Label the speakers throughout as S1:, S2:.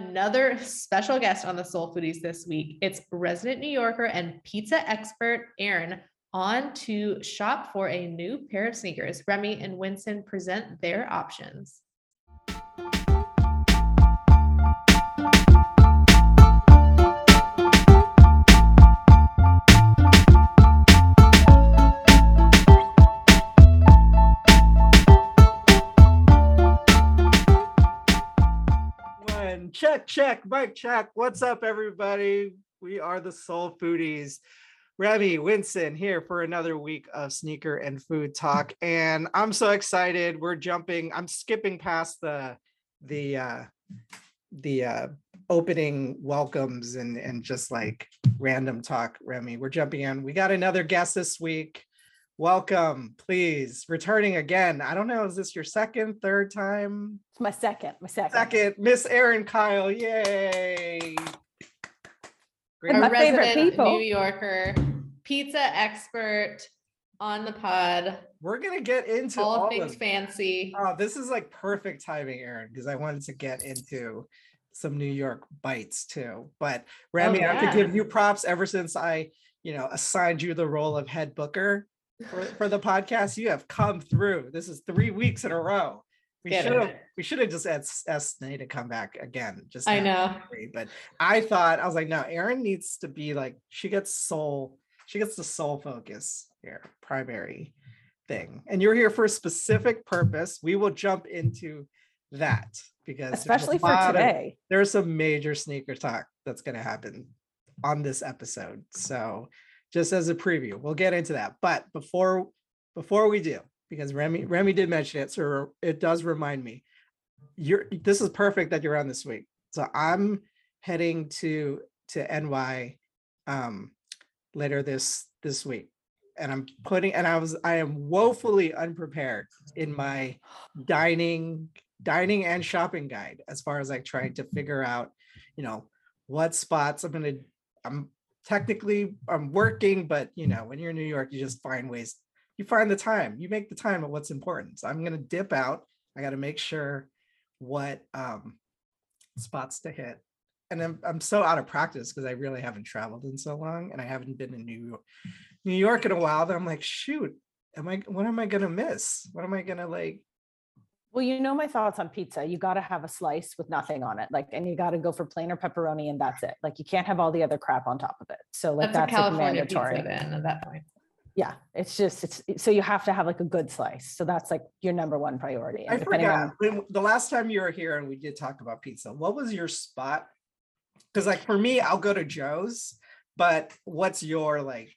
S1: Another special guest on the Soul Foodies this week. It's resident New Yorker and pizza expert Aaron on to shop for a new pair of sneakers. Remy and Winston present their options.
S2: One check, check, mic check. What's up, everybody? We are the Soul Foodies. Remy Winston here for another week of sneaker and food talk, and I'm so excited. We're jumping. I'm skipping past the the uh, the uh, opening welcomes and and just like random talk. Remy, we're jumping in. We got another guest this week. Welcome, please. Returning again. I don't know. Is this your second, third time?
S3: It's my second, my second.
S2: Second, Miss Erin Kyle. Yay.
S3: And my
S1: Our
S3: favorite
S1: resident
S3: people.
S1: New Yorker pizza expert on the pod.
S2: We're gonna get into
S1: all,
S2: all,
S1: things
S2: of
S1: fancy.
S2: Oh, this is like perfect timing, Erin, because I wanted to get into some New York bites too. But Rami, I have to
S1: yeah.
S2: give you props ever since I, you know, assigned you the role of head booker for, for the podcast. You have come through. This is three weeks in a row. We
S1: Get
S2: should
S1: it.
S2: have we should have just asked, asked Snay to come back again. Just
S1: I
S2: now.
S1: know.
S2: agree, but I thought I was like, no, Erin needs to be like she gets soul, she gets the soul focus here, primary thing. And you're here for a specific purpose. We will jump into that because there's a
S3: Especially for
S2: lot of-
S3: today.
S2: there's some major sneaker talk that's going to happen on this episode. So, just as a preview, we'll get into that. But before before we do, because Remy Remy did mention it, so it does remind me. You're this is perfect that you're on this week. So I'm heading to to NY um later this this week. And I'm putting and I was I am woefully unprepared in my dining dining and shopping guide as far as like trying to figure out you know what spots i'm gonna i'm technically i'm working but you know when you're in new york you just find ways you find the time you make the time of what's important so i'm gonna dip out i gotta make sure what um spots to hit and i'm, I'm so out of practice because i really haven't traveled in so long and i haven't been in new york new york in a while that i'm like shoot am i what am i gonna miss what am i gonna like
S3: Well, you know my thoughts on pizza. You got to have a slice with nothing on it, like, and you got to go for plain or pepperoni, and that's it. Like, you can't have all the other crap on top of it. So, like,
S1: That's,
S3: that's,
S1: a
S3: like,
S1: California
S3: mandatory.
S1: pizza then at that point.
S3: Yeah, it's just it's so you have to have like a good slice. So that's like your number one priority.
S2: I
S3: And depending on
S2: forgot when the last time you were here and we did talk about pizza. What was your spot? Because like for me, I'll go to Joe's, but what's your like?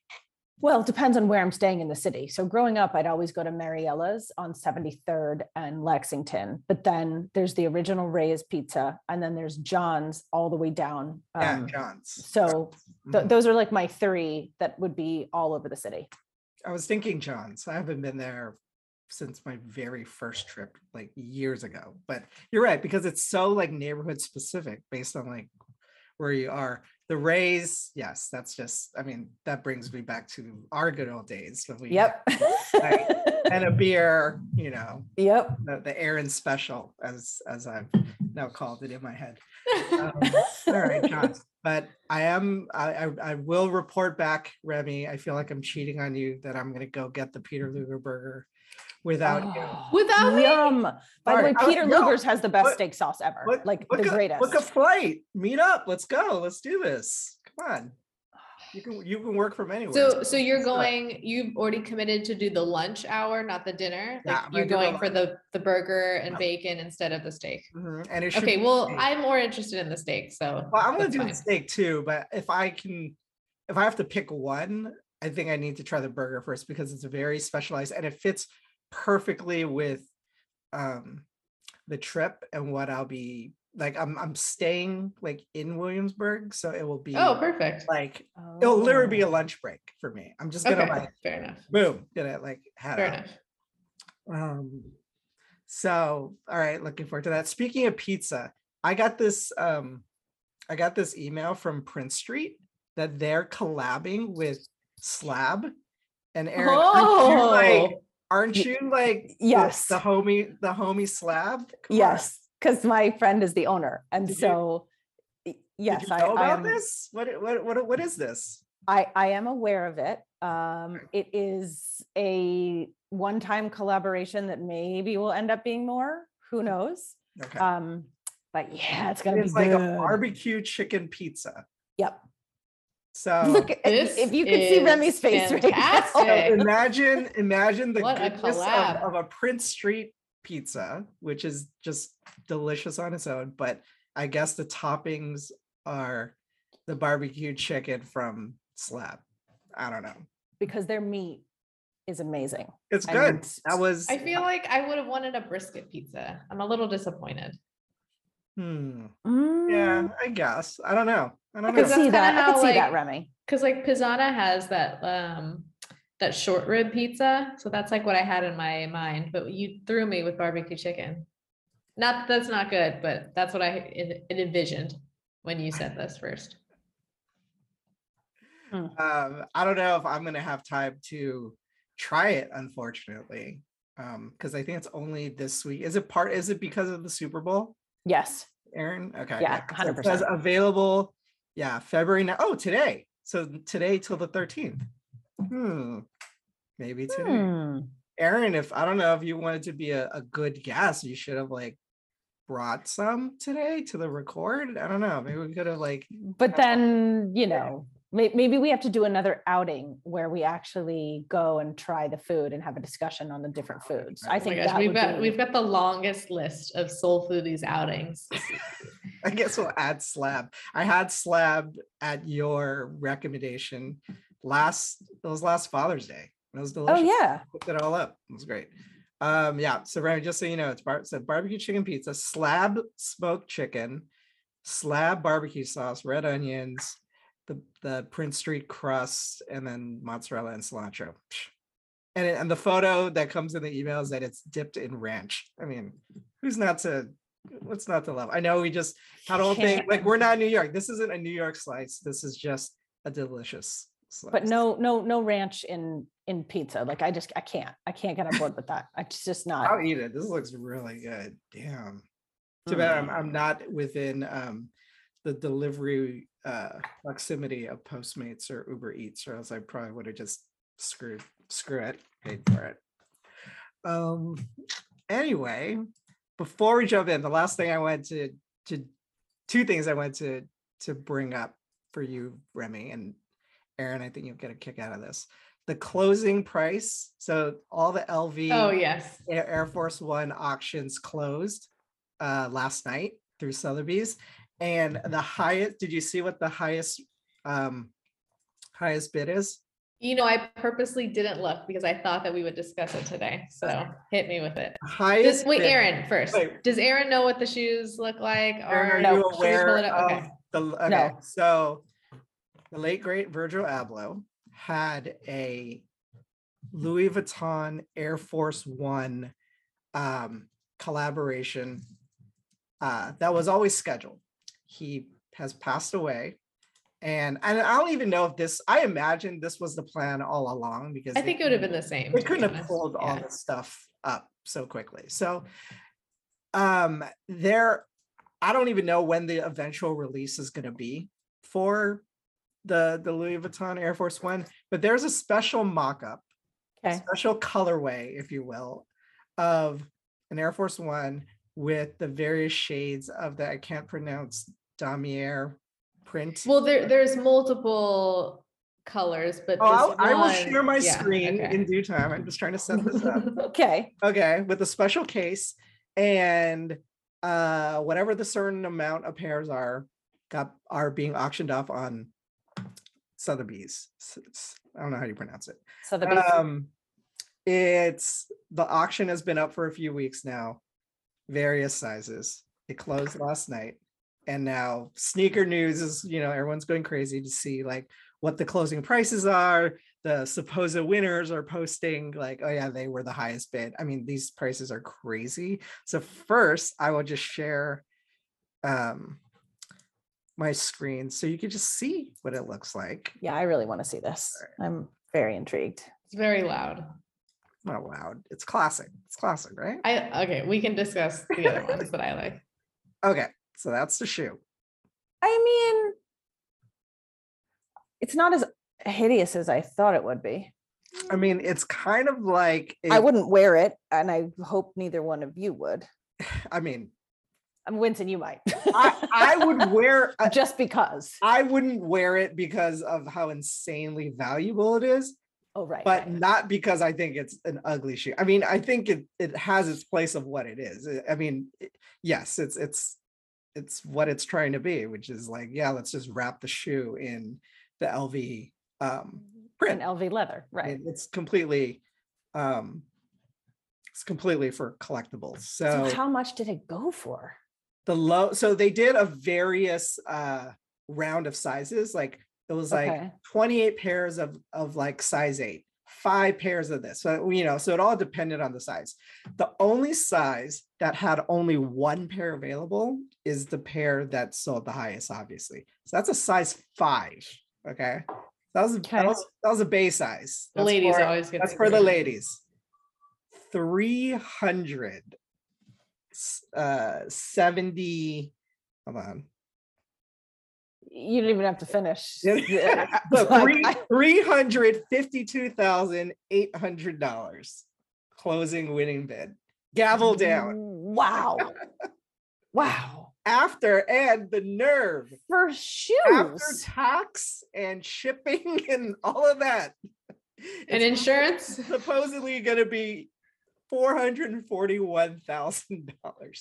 S3: Well, it depends on where I'm staying in the city. So growing up, I'd always go to Mariella's on 73rd and Lexington. But then there's the original Ray's Pizza, and then there's John's all the way down.
S2: Yeah,
S3: Um,
S2: John's.
S3: so th-
S2: Mhm.
S3: those are like my three that would be all over the city.
S2: I was thinking John's. I haven't been there since my very first trip, like years ago. But you're right because it's so like neighborhood specific based on like where you are. The Rays, yes, that's just. I mean, that brings me back to our good old days when we
S3: Yep.
S2: and a beer, you know,
S3: yep.
S2: the, the Aaron special, as as I've now called it in my head. Um, all right, John. But I am I, I I will report back, Remy. I feel like I'm cheating on you that I'm gonna go get the Peter Luger burger without you.
S3: Oh,
S1: Without me?
S3: Yum. By the
S2: Sorry,
S3: way,
S2: I-
S3: Peter
S2: no,
S3: Luger's has the best
S2: what-
S3: steak sauce ever.
S2: What-
S3: like
S2: book
S3: the
S2: a-
S3: greatest.
S2: Book a flight. Meet up. Let's go. Let's do this. Come on. You can you can work from anywhere.
S1: So so you're
S2: But
S1: going, you've already committed to do the lunch hour, not the dinner.
S2: Yeah,
S1: Like
S2: I'm
S1: you're
S2: gonna do the
S1: going for the the burger and bacon instead of the steak.
S2: mhm, and it should
S1: Okay,
S2: be
S1: well,
S2: steak.
S1: I'm more interested in the steak, so
S2: Well, I'm gonna
S1: that's
S2: do the
S1: fine.
S2: steak too, but if I can, if I have to pick one, I think I need to try the burger first because it's very specialized and it fits perfectly with um the trip and what I'll be like. I'm I'm staying like in Williamsburg, so it will be
S1: Oh, perfect.
S2: like it'll literally be a lunch break for me. I'm just gonna
S1: Okay,
S2: like
S1: fair enough.
S2: boom, gonna like head
S1: Fair
S2: out.
S1: enough.
S2: Um, so all right, looking forward to that. Speaking of pizza, I got this um I got this email from Prince Street that they're collabing with Slab and Aaron. Aren't you like, aren't you like the-
S3: Oh! yes.
S2: the, homie the homie Slab? Come on.
S3: Yes. because my friend is the owner. And
S2: Did you-
S3: so, y- yes,
S2: Did you
S3: I,
S2: know
S3: I
S2: about
S3: am,
S2: this? What, what, what, what is this?
S3: I, I am aware of it. Um, it is a one time collaboration that maybe will end up being more. Who knows?
S2: Okay.
S3: Um, but yeah, it's going to be
S2: It's like a
S3: good.
S2: barbecue chicken pizza.
S3: Yep.
S2: So
S3: Look, at- if if you could see
S1: is
S3: Remy's face right now.
S1: fantastic. Okay.
S2: imagine, imagine the
S1: What a
S2: goodness of,
S1: collab.
S2: of a Prince Street pizza, which is just delicious on its own. But I guess the toppings are the barbecue chicken from Slab. I don't know.
S3: because their meat is amazing.
S2: It's
S3: I
S2: good.
S3: mean,
S2: That was.
S1: I feel like I would have wanted a brisket pizza. I'm a little disappointed.
S2: Hmm, yeah,
S3: Mm,
S2: I guess. I don't know. I
S3: I
S2: don't
S3: could
S2: know.
S1: that's
S3: see
S1: kinda
S3: that. I
S1: how,
S3: could see that,
S1: like,
S3: Remy.
S1: Cause like Pizzana has that um that short rib pizza. So that's like what I had in my mind, but you threw me with barbecue chicken. Not that that's not good, but that's what I it, it envisioned when you said this first.
S2: Um, I don't know if I'm gonna have time to try it, unfortunately. Um, because I think it's only this week. Is it part? Is it because of the Super Bowl?
S3: Yes.
S2: Aaron? Okay.
S3: Yeah,
S2: so it
S3: 100%.
S2: Says available, yeah, February now. Oh, today. So today till the 13th. Hmm. Maybe today.
S3: Hmm.
S2: Aaron, if I don't know if you wanted to be a, a good guest, you should have like brought some today to the record. I don't know. Maybe we could have like
S3: But then, you know, may- maybe we have to do another outing where we actually go and try the food and have a discussion on the different foods. I
S2: Oh
S1: Oh
S2: my
S1: my
S3: think
S1: gosh,
S3: that
S1: we've
S3: would
S1: got
S3: be-
S1: we've got the longest list of soul foodies outings.
S2: I guess we'll add slab. I had slab at your recommendation last it was last Father's Day. It was delicious.
S3: Oh yeah.
S2: Cooked it all up. It was great. Um, yeah. So Remy, just so you know, it's bar- so barbecue chicken pizza, slab smoked chicken, slab barbecue sauce, red onions, the the Prince Street crust, and then mozzarella and cilantro. Psh. And it, and the photo that comes in the email is that it's dipped in ranch. I mean, who's not to what's not to love? I know we just had all thing like we're not in New York. This isn't a New York slice. This is just a delicious slice.
S3: But no, no, no ranch in in pizza. Like I just I can't. I can't get on board with that. It's just not.
S2: I'll eat it. This looks really good. Damn. Too bad I'm, I'm not within um, the delivery uh, proximity of Postmates or Uber Eats, or else I probably would have just screwed, screw it, paid for it. Um, anyway, before we jump in, the last thing I wanted to, to two things I wanted to, to bring up for you, Remy and Aaron. I think you'll get a kick out of this. The closing price. So all the LV.
S1: Oh yes.
S2: Air Air Force One auctions closed uh, last night through Sotheby's, and the highest. Did you see what the highest um, highest bid is?
S1: You know, I purposely didn't look because I thought that we would discuss it today. So hit me with it.
S2: The Highest.
S1: Does, wait,
S2: bid-
S1: Aaron first.
S2: Wait.
S1: Does Aaron know what the shoes look like?
S2: Aaron,
S1: Or
S2: are you
S3: No.
S1: should we pull it
S2: aware
S1: up?
S2: of the? Okay,
S3: No.
S2: so the late great Virgil Abloh had a Louis Vuitton Air Force One um, collaboration uh, that was always scheduled. He has passed away. And, and I don't even know if this, I imagine this was the plan all along because
S1: I
S2: they
S1: think it would have been the same. to
S2: they
S1: be
S2: couldn't have
S1: honest.
S2: pulled all
S1: Yeah.
S2: this stuff up so quickly. So um there I don't even know when the eventual release is gonna be for the the Louis Vuitton Air Force One, but there's a special mock-up,
S3: Okay.
S2: special colorway, if you will, of an Air Force One with the various shades of the I can't pronounce damier print.
S1: Well, there there's multiple colors, but
S2: Oh, I'll-
S1: this
S2: I will
S1: one-
S2: share my
S1: yeah,
S2: screen
S1: okay.
S2: in due time. I'm just trying to set this up.
S3: Okay.
S2: Okay, with a special case and uh whatever the certain amount of pairs are got are being auctioned off on Sotheby's. S- s- I don't know how you pronounce it.
S3: So the basic-
S2: Um it's the auction has been up for a few weeks now, various sizes. It closed last night. And now sneaker news is, you know, everyone's going crazy to see like what the closing prices are. The supposed winners are posting like, oh yeah, they were the highest bid. I mean, these prices are crazy. So first, I will just share um my screen so you can just see what it looks like.
S3: yeah, I really want to see this. I'm very intrigued.
S1: It's very loud.
S2: Not loud. It's classic. It's classic, right?
S1: I okay, we can discuss the other ones that I like.
S2: Okay, so that's the shoe.
S3: I mean, it's not as hideous as I thought it would be.
S2: I mean, it's kind of like a-
S3: I wouldn't wear it, and I hope neither one of you would.
S2: I mean,
S3: I'm Winston, you might.
S2: I, I would wear I,
S3: just because.
S2: I wouldn't wear it because of how insanely valuable it is,
S3: Oh, right.
S2: but
S3: right.
S2: not because I think it's an ugly shoe. I mean, I think it it has its place of what it is. I- I mean, it- yes, it's it's it's what it's trying to be, which is like, yeah, let's just wrap the shoe in the LV um
S3: an
S2: print.
S3: LV leather,
S2: I
S3: right?
S2: mean, It's completely um it's completely for collectibles. So,
S3: So, how much did it go for?
S2: the low so they did a various uh round of sizes. Like it was like
S3: okay.
S2: 28 pairs of of like size eight five pairs of this so you know so it all depended on the size the only size that had only one pair available is the pair that sold the highest obviously so that's a size five okay that was that
S3: Okay.
S2: was, that was a base size
S1: The
S2: That's
S1: ladies
S2: for-
S1: are always good.
S2: that's for the ladies 300 uh 70 hold on
S3: You didn't even have to finish. Yeah.
S2: so
S3: Like,
S2: three
S3: I-
S2: three hundred fifty two thousand eight hundred dollars closing winning bid. Gavel down
S3: Wow. wow.
S2: after and the nerve
S3: For
S2: after
S3: shoes.
S2: tax and shipping and all of that.
S1: And
S2: it's
S1: insurance.
S2: supposedly going to be four hundred forty one thousand dollars,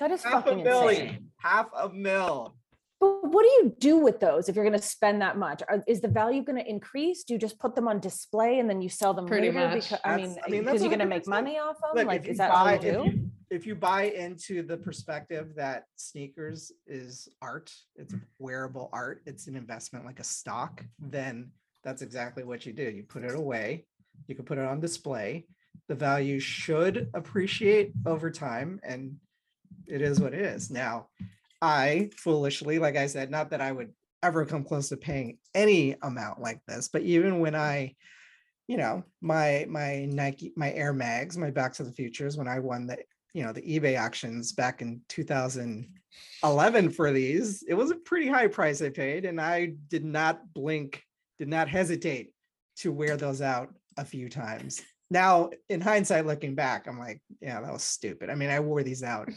S3: That is
S2: half a
S3: fucking
S2: million,
S3: insane.
S2: half a mil.
S3: But what do you do with those if you're going to spend that much? Are, is the value going to increase? Do you just put them on display and then you sell them
S1: Pretty
S3: later?
S1: much.
S3: Because, I
S2: That's-
S3: mean,
S2: I mean,
S3: because
S2: that's
S3: you're going to make
S2: 100%.
S3: money off them.
S2: Look,
S3: like,
S2: if you
S3: is that all
S2: buy-
S3: you do?
S2: If you, if you buy into the perspective that sneakers is art, it's wearable art, it's an investment like a stock, then that's exactly what you do. You put it away, you can put it on display. The value should appreciate over time, and it is what it is. Now, I foolishly, like I said, not that I would ever come close to paying any amount like this, but even when I you know my my nike my air mags my back to the futures when i won the you know the ebay auctions back in 2011 for these it was a pretty high price i paid and i did not blink did not hesitate to wear those out a few times now in hindsight looking back i'm like yeah that was stupid i mean i wore these out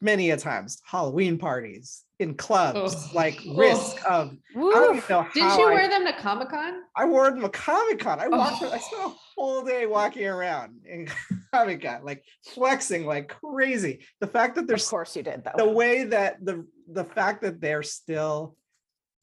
S2: many a times halloween parties in clubs
S1: Ugh.
S2: like risk
S1: Ugh.
S2: of i don't
S3: Woof.
S2: even know how
S1: Didn't you
S2: I
S1: wear them to Comic Con?
S2: I wore them to Comic Con. I walked. I
S1: Oh.
S2: spent a whole day walking around in Comic Con, like flexing like crazy. The fact that
S3: Of
S2: there's
S3: course you did,
S2: the
S3: though.
S2: way that the the fact that they're still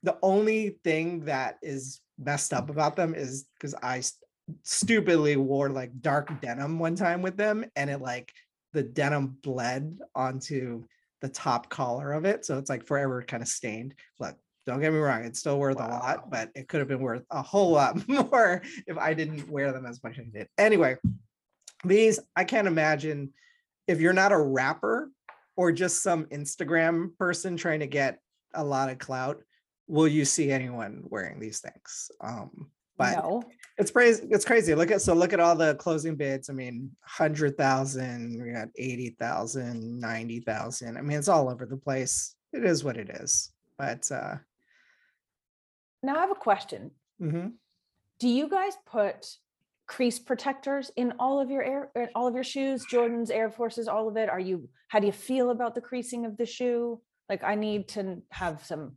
S2: the only thing that is messed up about them is because I s- stupidly wore like dark denim one time with them, and it like the denim bled onto the top collar of it, so it's like forever kind of stained. Look, don't get me wrong, it's still worth a lot, but it could have been worth a whole lot more if I didn't wear them as much as I did. Anyway, these I can't imagine if you're not a rapper or just some Instagram person trying to get a lot of clout, will you see anyone wearing these things? Um, but
S3: no.
S2: it's crazy. It's crazy. Look at so look at all the closing bids. I mean, hundred thousand. We got eighty thousand, ninety thousand. I mean, it's all over the place. It is what it is. But uh,
S3: Now I have a question.
S2: mhm.
S3: Do you guys put crease protectors in all of your air, in all of your shoes, Jordans, Air Forces, all of it? Are you? How do you feel about the creasing of the shoe? Like, I need to have some.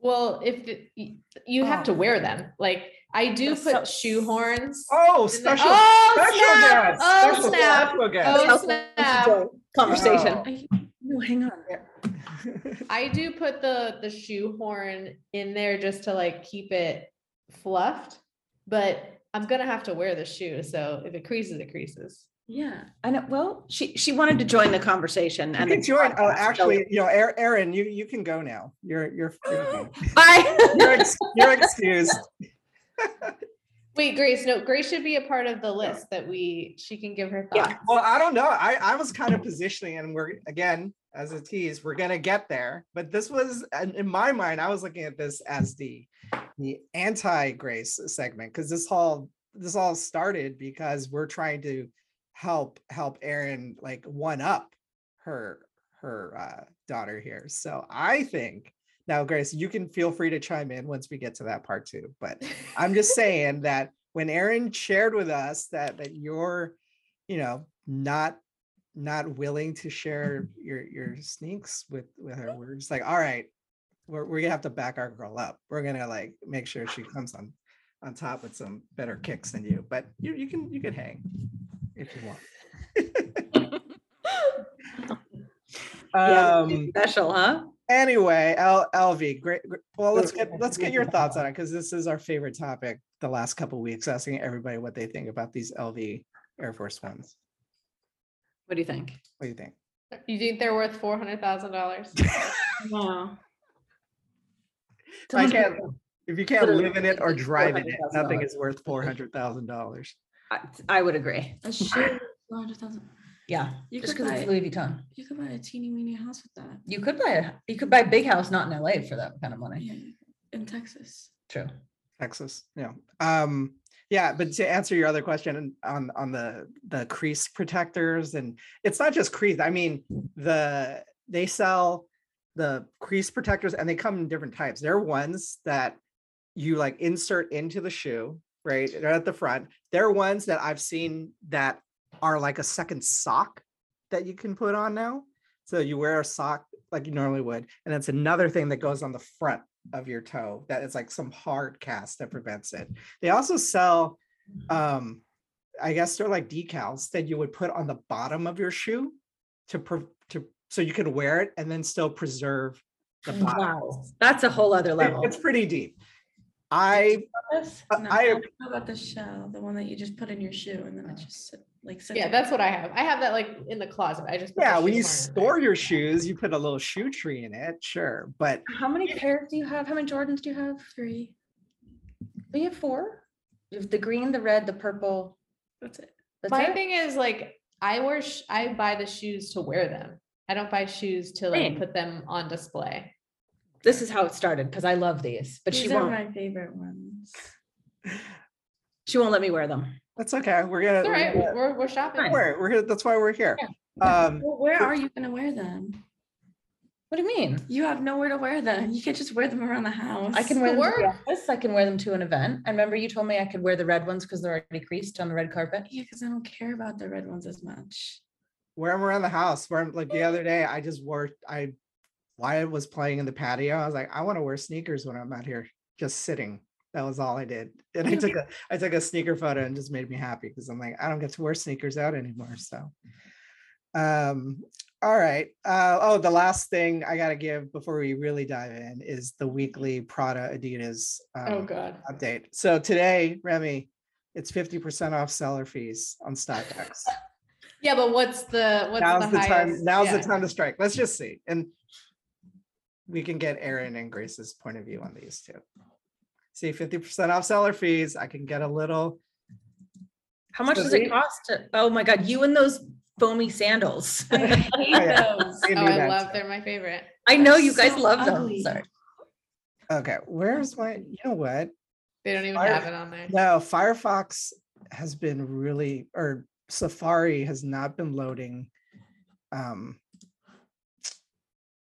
S1: Well, if the- y- you have to
S3: Oh.
S1: wear them, like I do
S3: That's so-
S1: put shoe horns.
S2: oh,
S1: in the-
S2: special,
S1: oh,
S2: special
S1: snap!
S2: guest,
S1: Oh,
S2: special,
S1: snap!
S2: special guest.
S1: Oh, snap.
S2: Conversation.
S3: No, hang on.
S1: I do put the the shoehorn in there just to like keep it fluffed, but I'm gonna have to wear the shoe. So if it creases, it creases.
S3: Yeah, I know. Well, she she wanted to join the conversation,
S2: You
S3: and
S2: can
S3: the
S2: join. Oh,
S3: podcast, so-
S2: actually, you know, Aaron, you you can go now. You're you're you're, fine.
S3: I
S2: you're, ex- you're excused.
S1: Wait, Grace, no, Grace should be a part of the list that we she can give her
S3: Yeah.
S1: thoughts.
S2: Well, I don't know. I, I was kind of positioning, and we're again as a tease, we're gonna get there. But this was, and in my mind, I was looking at this as the the anti Grace segment because this all this all started because we're trying to help help Erin like one up her her uh, daughter here. So I think now, Grace, you can feel free to chime in once we get to that part too. But I'm just saying that when Aaron shared with us that that you're, you know, not not willing to share your your sneaks with with her, we're just like, all right, we're we're gonna have to back our girl up. We're gonna like make sure she comes on on top with some better kicks than you. But you you can you can hang if you want.
S1: Yeah,
S2: um
S1: special, huh?
S2: anyway L- lv great gr- well let's get let's get your thoughts on it because this is our favorite topic the last couple weeks asking everybody what they think about these lv air force ones
S4: What do you think?
S2: what do you think
S1: You think they're worth four hundred thousand dollars?
S4: Wow.
S2: I can't, if you can't
S4: Literally,
S2: live in it or
S4: it's
S2: drive in it
S4: $400,000.
S2: nothing is worth four hundred thousand dollars
S4: I, I would agree.
S5: A shoe, four hundred thousand.
S4: Yeah,
S5: You
S4: just
S5: could
S4: because it's
S5: buy-
S4: Louis Vuitton.
S5: You could buy a teeny weeny house with that.
S4: You could buy a you could buy a big house not in LA for that kind of money.
S5: Yeah, in Texas.
S4: True.
S2: texas yeah um yeah but to answer your other question on on the the crease protectors and it's not just crease i mean the they sell the crease protectors and they come in different types they're ones that you like insert into the shoe right they're at the front they're ones that i've seen that are like a second sock that you can put on now so you wear a sock like you normally would and it's another thing that goes on the front of your toe that is like some hard cast that prevents it they also sell um i guess they're like decals that you would put on the bottom of your shoe to pre- to so you can wear it and then still preserve the bottom
S4: Oh, Wow, that's a whole other
S2: It-
S4: level.
S2: it's pretty deep i I-
S5: No,
S2: I
S5: How about the shell, the one that you just put in your shoe and then it just sit, like sits.
S1: Yeah, that's what I have. I have that like in the closet. I just put the
S2: yeah when
S1: shoe
S2: you
S1: horn in
S2: store
S1: there.
S2: your shoes you put a little shoe tree in it sure but
S4: How many pairs do you have? How many Jordans do you have?
S5: three.
S4: We have four. You have the green, the red, the purple.
S5: That's it.
S4: That's
S1: My
S4: it?
S1: thing is like I wear sh- I buy the shoes to wear them. I don't buy shoes to like
S4: Same.
S1: put them on display.
S4: This is how it started because I love these, but she
S5: These are
S4: won't.
S5: my favorite ones.
S4: She won't let me wear them.
S2: that's okay we're gonna,
S1: It's all
S2: we're
S1: right.
S2: gonna-
S1: We're, we're shopping.
S2: we're, we're here that's why we're here um
S5: Well, where are you gonna wear them?
S4: What do you mean?
S5: You have nowhere to wear them. You can just wear them around the house.
S4: I can wear them to the
S1: work.
S4: office. I can wear them to an event. And remember, you told me I could wear the red ones because they're already creased on the red carpet.
S5: Yeah, because I don't care about the red ones as much.
S2: wear them around the house. Where I'm like the other day, I just wore I Wyatt was playing in the patio. I was like, I want to wear sneakers when I'm out here just sitting. That was all I did. And I took a I took a sneaker photo and just made me happy because I'm like, I don't get to wear sneakers out anymore. So um all right. Uh oh, the last thing I gotta give before we really dive in is the weekly Prada Adidas um,
S1: Oh god.
S2: update. So today, Remy, it's 50% off seller fees on StockX
S1: Yeah, but what's the what's
S2: now's the,
S1: the, highest?
S2: time now's
S1: yeah.
S2: the time to strike let's just see and we can get aaron and grace's point of view on these two see 50% off seller fees i can get a little
S4: How much
S2: So
S4: does
S2: they-
S4: it cost to? Oh my God, you and those foamy sandals.
S5: I
S2: Oh,
S5: hate those.
S2: I can
S1: Oh,
S2: do
S1: I
S2: that
S1: love.
S2: too.
S1: They're my favorite.
S4: I know you guys
S5: So
S4: love them.
S5: ugly.
S4: Sorry.
S2: okay where's my you know what
S1: They don't even
S2: Fire-
S1: have it on there.
S2: no firefox has been really or safari has not been loading um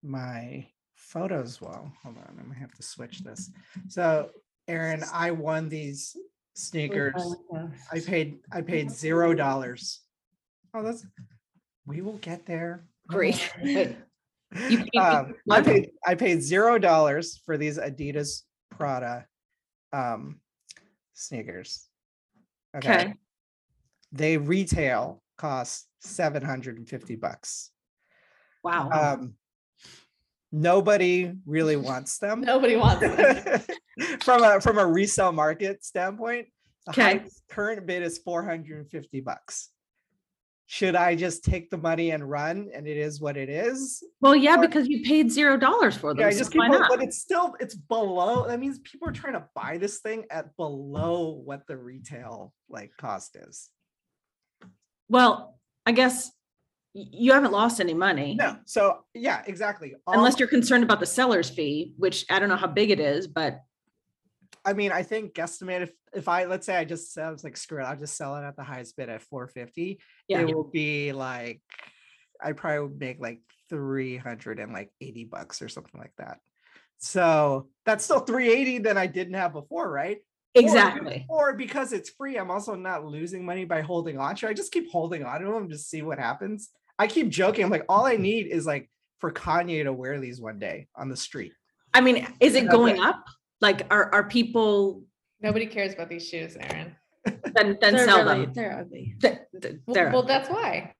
S2: my photos well hold on i'm gonna have to switch this so aaron i won these sneakers I paid, I paid zero dollars. Oh, that's, we will get there.
S4: Great. You paid me
S2: Um, I paid, I paid zero dollars for these Adidas Prada um sneakers.
S4: Okay.
S2: They retail cost seven hundred and fifty bucks.
S4: Wow.
S2: Um, nobody really wants them.
S1: Nobody wants them.
S2: from a from a resale market standpoint, the
S4: Okay.
S2: highest current bid is 450 bucks. Should I just take the money and run? And it is what it is.
S4: well, yeah,
S2: or-
S4: because you paid zero dollars for them.
S2: Yeah, I
S4: so
S2: just keep
S4: why
S2: on,
S4: not?
S2: but it's still it's below. That means people are trying to buy this thing at below what the retail like cost is.
S4: Well, I guess y- you haven't lost any money.
S2: No, so yeah, exactly. All-
S4: Unless you're concerned about the seller's fee, which I don't know how big it is, but
S2: I mean, I think guesstimate if if I let's say I just said I was like screw it, I'll just sell it at the highest bid at 450.
S4: yeah.
S2: it will be like I probably would make like three hundred and like eighty bucks or something like that. So that's still three eighty than I didn't have before, right? Or-
S4: Exactly.
S2: Or because it's free, I'm also not losing money by holding on. Should I just keep holding on to them to see what happens? I keep joking. I'm like, all I need is like for Kanye to wear these one day on the street.
S4: I mean, is it
S2: Okay.
S4: going up? Like, are, are people
S1: Nobody cares about these shoes, Aaron.
S4: then, then
S5: they're
S4: sell
S5: really-
S4: them?
S5: They're ugly.
S4: Th- th-
S1: Well,
S4: They're,
S1: well, that's why.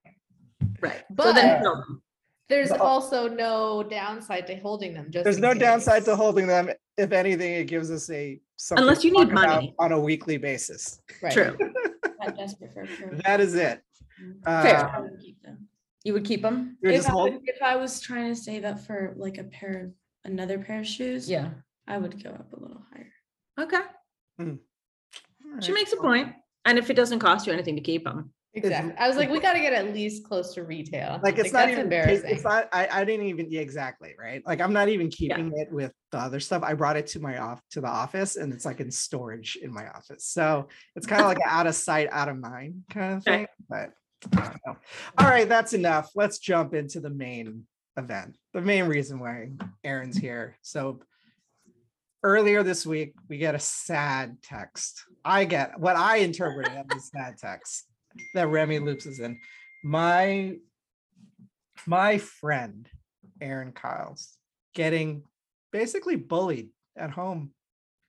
S4: right. So
S1: but-
S4: then sell them.
S1: There's
S2: But-
S1: also no downside to holding them. Just
S2: There's
S1: in
S2: no
S1: case.
S2: downside to holding them. If anything, it gives us a something
S4: Unless
S2: to
S4: you need
S2: talk about
S4: money.
S2: on a weekly basis.
S1: Right.
S4: True.
S5: Not desperate for.
S1: Mm-hmm.
S5: for-
S2: That is it.
S5: Mm.
S2: Uh,
S4: Fair.
S5: I would keep them.
S4: You would keep them?
S2: you
S5: If
S2: just
S5: I
S2: hold-
S5: was- if I was trying to save up for like a pair of, another pair of shoes.
S4: Yeah.
S5: I would go up a little higher.
S4: Okay. She
S2: Alright.
S4: makes a point. And if it doesn't cost you anything to keep them,
S1: Exactly. I was like, we got to get at least close to retail.
S2: Like it's not
S1: that's
S2: even. it's-
S1: embarrassing.
S2: It's not. I, I didn't even. Yeah, exactly. Right. Like I'm not even keeping it with the other stuff. I brought it to my off to the office, and it's like in storage in my office. So it's kind of like a out of sight, out of mind kind of thing.
S4: Right.
S2: But I don't know. all right, that's enough. Let's jump into the main event. The main reason why Aaron's here. So earlier this week, we get a sad text. I get what I interpreted as a sad text that Remy loops is in. My my friend Aaron Kyles getting basically bullied at home,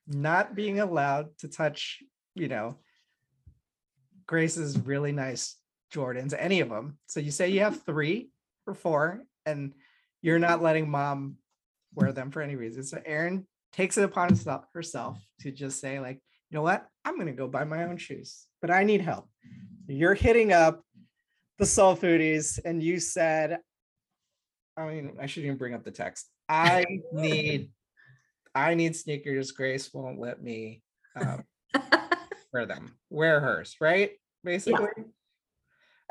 S2: not being allowed to touch, you know, Grace's really nice Jordans, any of them. So you say you have three or four, and you're not letting mom wear them for any reason. So Aaron takes it upon himself herself to just say, like, you know what? I'm gonna go buy my own shoes, but I need help. You're hitting up the soul foodies, and you said, I mean, I shouldn't even bring up the text. I need I need sneakers. Grace won't let me um, wear them. Wear hers, right? Basically,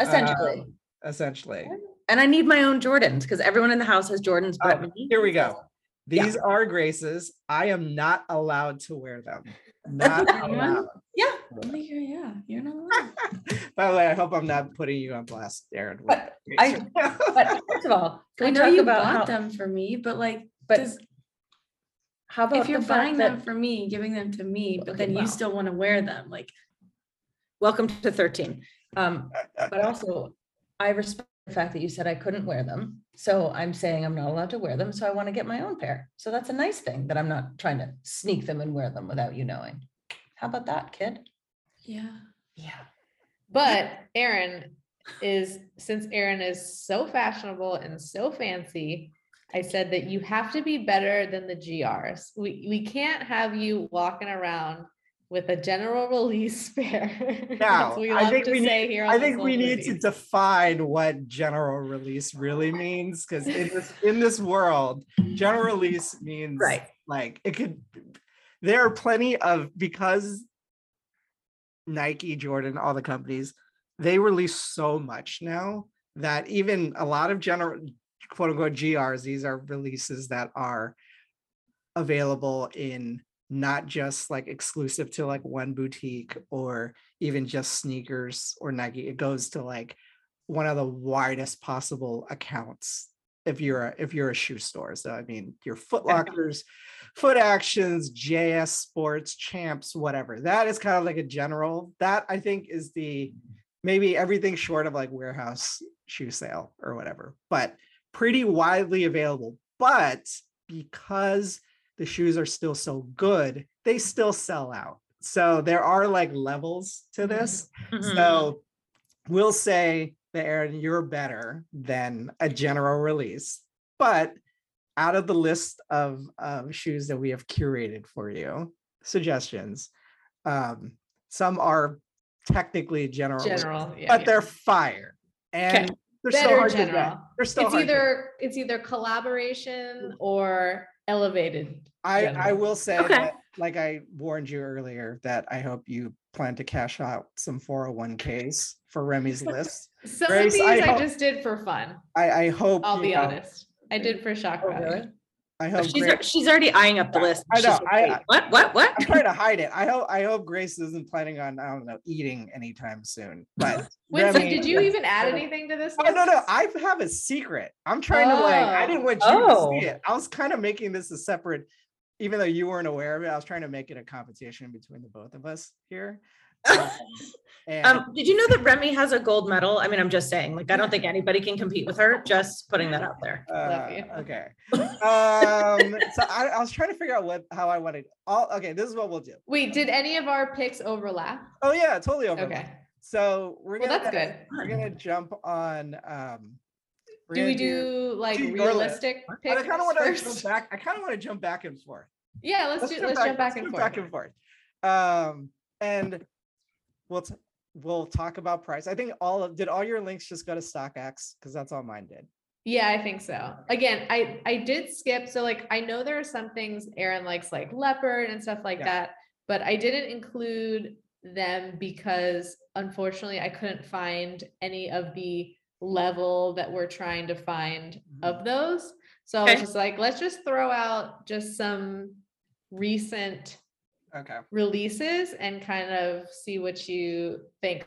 S4: essentially.
S5: Um,
S2: essentially.
S4: and I need my own Jordans because everyone in the house has Jordans but
S2: Uh,
S4: me.
S2: Here we go.
S4: Yeah.
S2: These are graces. I am not allowed to wear them. Not allowed.
S5: I'm like, yeah, yeah, you're not allowed.
S2: By the way, I hope I'm not putting you on blast, Aaron. with
S4: But
S2: Grace.
S4: But first of all,
S5: I
S4: can we
S5: know
S4: talk
S5: you
S4: about how,
S5: bought them for me, but like,
S4: But
S5: does-
S4: how about
S5: if you're
S4: the fact
S5: buying
S4: that-
S5: them for me, giving them to me, but
S4: Okay,
S5: then
S4: wow.
S5: you still want to wear them, like,
S4: welcome to 13. Um, but also, I respect the fact that you said I couldn't wear them. So I'm saying I'm not allowed to wear them. So I want to get my own pair. So that's a nice thing that I'm not trying to sneak them and wear them without you knowing. How about that, kid?
S5: yeah.
S1: Yeah. But Aaron is, since Aaron is so fashionable and so fancy, I said that you have to be better than the GRs. We, we can't have you walking around with a general release pair. That's
S2: No,
S1: what we
S2: I
S1: love
S2: think
S1: to
S2: we need-
S1: say here on
S2: I
S1: the
S2: think
S1: Soul
S2: we need
S1: Foodies.
S2: to define what general release really means because in this in this world, general release means like it could there are plenty of because Nike, Jordan, all the companies, they release so much now that even a lot of general quote unquote GRs, these are releases that are available in not just like exclusive to like one boutique or even just sneakers or Nike. It goes to like one of the widest possible accounts if you're a, if you're a shoe store. So I mean, your Foot Lockers, Foot Actions, JS Sports, Champs, whatever. That is kind of like a general. That I think is the maybe everything short of like warehouse shoe sale or whatever, but pretty widely available. But because the shoes are still so good, they still sell out. So there are like levels to this. So we'll say that Aaron, you're better than a general release. But out of the list of, of shoes that we have curated for you, suggestions, um, some are technically general, release,
S1: general, yeah.
S2: but they're fire. And they're so
S1: better
S2: hard to
S1: general.
S2: get. They're so
S1: It's
S2: hard to get.
S1: either, it's either collaboration or elevated.
S2: I, I
S1: general.
S2: will say
S4: Okay.
S2: that, like I warned you earlier, that I hope you plan to cash out some 401ks for Remy's list.
S1: Some of
S2: Grace,
S1: these
S2: I
S1: I
S2: hope-
S1: just did for fun.
S2: I, I hope
S1: I'll
S2: you
S1: be
S2: know, Oh,
S1: honest. I did for shock value.
S2: I I
S4: But
S2: hope
S4: She's,
S2: Grace,
S4: al- she's already eyeing up the
S2: Yeah,
S4: list.
S2: I
S4: She's
S2: know,
S4: like,
S2: I-
S4: "Wait, What, what, what?
S2: I'm trying to hide it. I hope I hope Grace isn't planning on I don't know eating anytime soon. But
S1: Winston,
S2: Remy-
S1: did you even add
S2: Remy.
S1: anything to this?
S2: Oh no
S1: list?
S2: no! I have a secret. I'm trying to like. I
S1: Oh.
S2: didn't want you to
S4: Oh.
S2: see it. I was kind of making this a separate, even though you weren't aware of it. I was trying to make it a competition between the both of us here. Um, and
S4: Um, did you know that Remy has a gold medal? I mean, I'm just saying, like, I don't think anybody can compete with her, just putting that out there.
S1: Love you.
S2: Uh, okay. Um, so I, I was trying to figure out what how I wanted. All okay. This is what we'll do.
S1: Wait, did any of our picks overlap?
S2: Oh yeah, totally over.
S1: Okay.
S2: So we're
S1: Well,
S2: gonna
S1: that's good.
S2: we're gonna jump on. Um, we're
S1: Do
S2: gonna
S1: we do like
S2: do your list.
S1: realistic
S2: But I
S1: picks
S2: kind of want to jump
S1: first?
S2: back. I kind of want to jump back and forth.
S1: Yeah, let's do, let's jump back and
S2: let's
S1: forth.
S2: jump Back and forth. Um, and we'll t- we'll talk about price. I think all of did all your links just go to StockX because that's all mine did.
S1: Yeah, I think so. Again, I I did skip. So like I know there are some things Aaron likes like leopard and stuff like
S2: Yeah.
S1: that, but I didn't include them because unfortunately I couldn't find any of the level that we're trying to find of those. So I was
S4: Okay.
S1: just like, let's just throw out just some recent
S2: Okay.
S1: releases and kind of see what you think.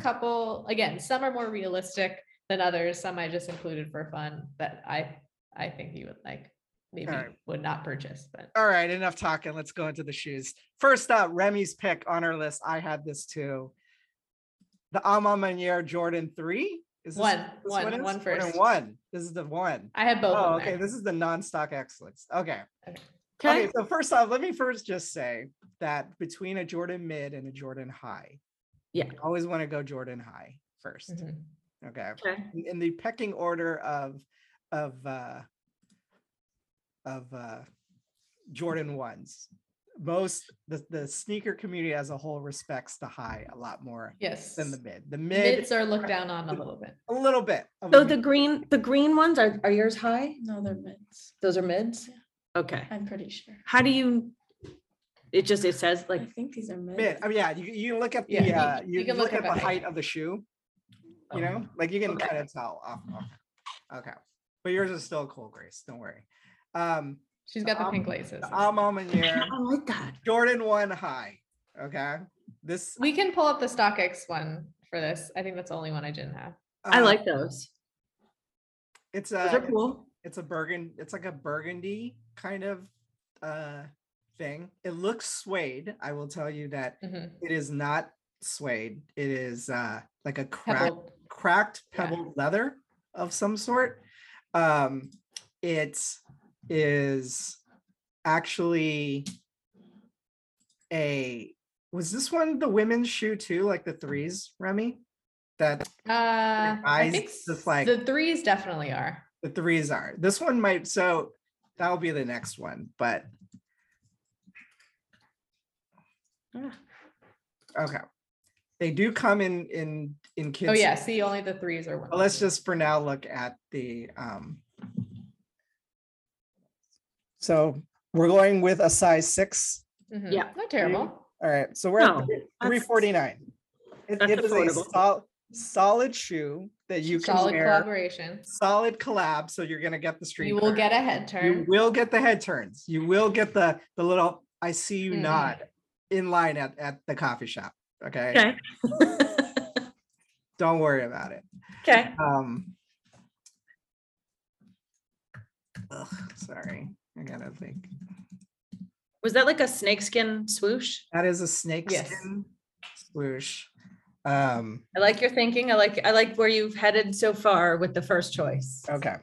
S1: Couple again, some are more realistic than others. Some I just included for fun that I I think you would like, maybe
S2: Alright.
S1: would not purchase, but
S2: All right, enough talking. Let's go into the shoes. First up, Remy's pick on our list. I had this too. The Alma Manier Jordan 3. Is
S1: One,
S2: this
S1: one,
S2: what it is?
S1: one
S2: Jordan
S1: first.
S2: one. This is the one.
S1: I have both.
S2: Oh,
S1: on there.
S2: okay. This is the non-stock excellence. Okay.
S4: Okay.
S2: Okay, so first off, let me first just say that between a Jordan mid and a Jordan high,
S4: Yeah.
S2: you always want to go Jordan high 1st
S1: Mhm.
S2: Okay,
S4: Okay.
S2: in, in the pecking order of of uh, of uh, Jordan ones, most the the sneaker community as a whole respects the high a lot more
S1: Yes.
S2: than the mid. The mid
S1: Mids are looked down on a little bit.
S2: a little bit. of a
S4: So
S2: mid.
S4: the green, the green ones are, are yours high?
S5: No, they're mids.
S4: Those are mids? Okay.
S5: I'm pretty sure.
S4: How do you, it just, it says
S5: I
S4: like,
S5: think these are mids.
S2: mid. I mean, yeah, you, you look at the
S1: Yeah, you-
S2: uh,
S1: you
S2: you,
S1: can
S2: you
S1: look
S2: look
S1: up
S2: at the
S1: at height.
S2: height of the shoe. You
S4: Oh.
S2: know, like you can
S4: Okay.
S2: kind of tell. Off, off. Okay, but yours is still cool, Grace. Don't worry. Um,
S1: She's got the
S2: Um,
S1: pink laces.
S2: the Alma Meunier,
S4: I like that.
S2: Jordan one high. Okay, this
S1: We can pull up the StockX one for this. I think that's the only one I didn't have.
S4: I
S2: uh,
S4: like those.
S2: It's
S4: Those are
S2: a
S4: cool.
S2: it's a burgundy. It's like a burgundy kind of uh thing. It looks suede. I will tell you that
S1: Mhm.
S2: it is not suede. It is uh like a crack
S1: Pebble.
S2: cracked
S1: Yeah.
S2: pebbled leather of some sort. Um, it is actually a was this one the women's shoe too, like the threes, Remy? That
S1: Uh, I
S2: eyes
S1: think
S2: just like-
S1: the threes definitely are.
S2: the threes are. This one might so that'll be the next one, but
S4: Yeah.
S2: okay. They do come in in in kids.
S1: Ah. Oh yeah, see, only the threes are.
S2: But let's just for now look at the, um. So we're going with a size six.
S1: Mhm.
S4: Yeah.
S1: Not terrible.
S2: All right, so we're at
S4: No,
S2: three
S4: that's-
S2: forty-nine. It
S4: that's
S2: it is a
S4: affordable.
S2: sol- solid shoe that you can
S1: Solid
S2: wear,
S1: collaboration.
S2: solid collab, so you're gonna get the street.
S1: You will
S2: cred.
S1: get a head turn.
S2: You will get the head turns. You will get the, the little, I see you
S1: Mhm.
S2: nod in line at, at the coffee shop, okay?
S4: Okay.
S2: Don't worry about it.
S4: Okay.
S2: Um. ugh, sorry, I gotta think.
S4: Was that like a snakeskin swoosh?
S2: That is a snake
S1: Yes.
S2: skin swoosh. Um,
S4: I like your thinking. I like, I like where you've headed so far with the first choice.
S2: okay.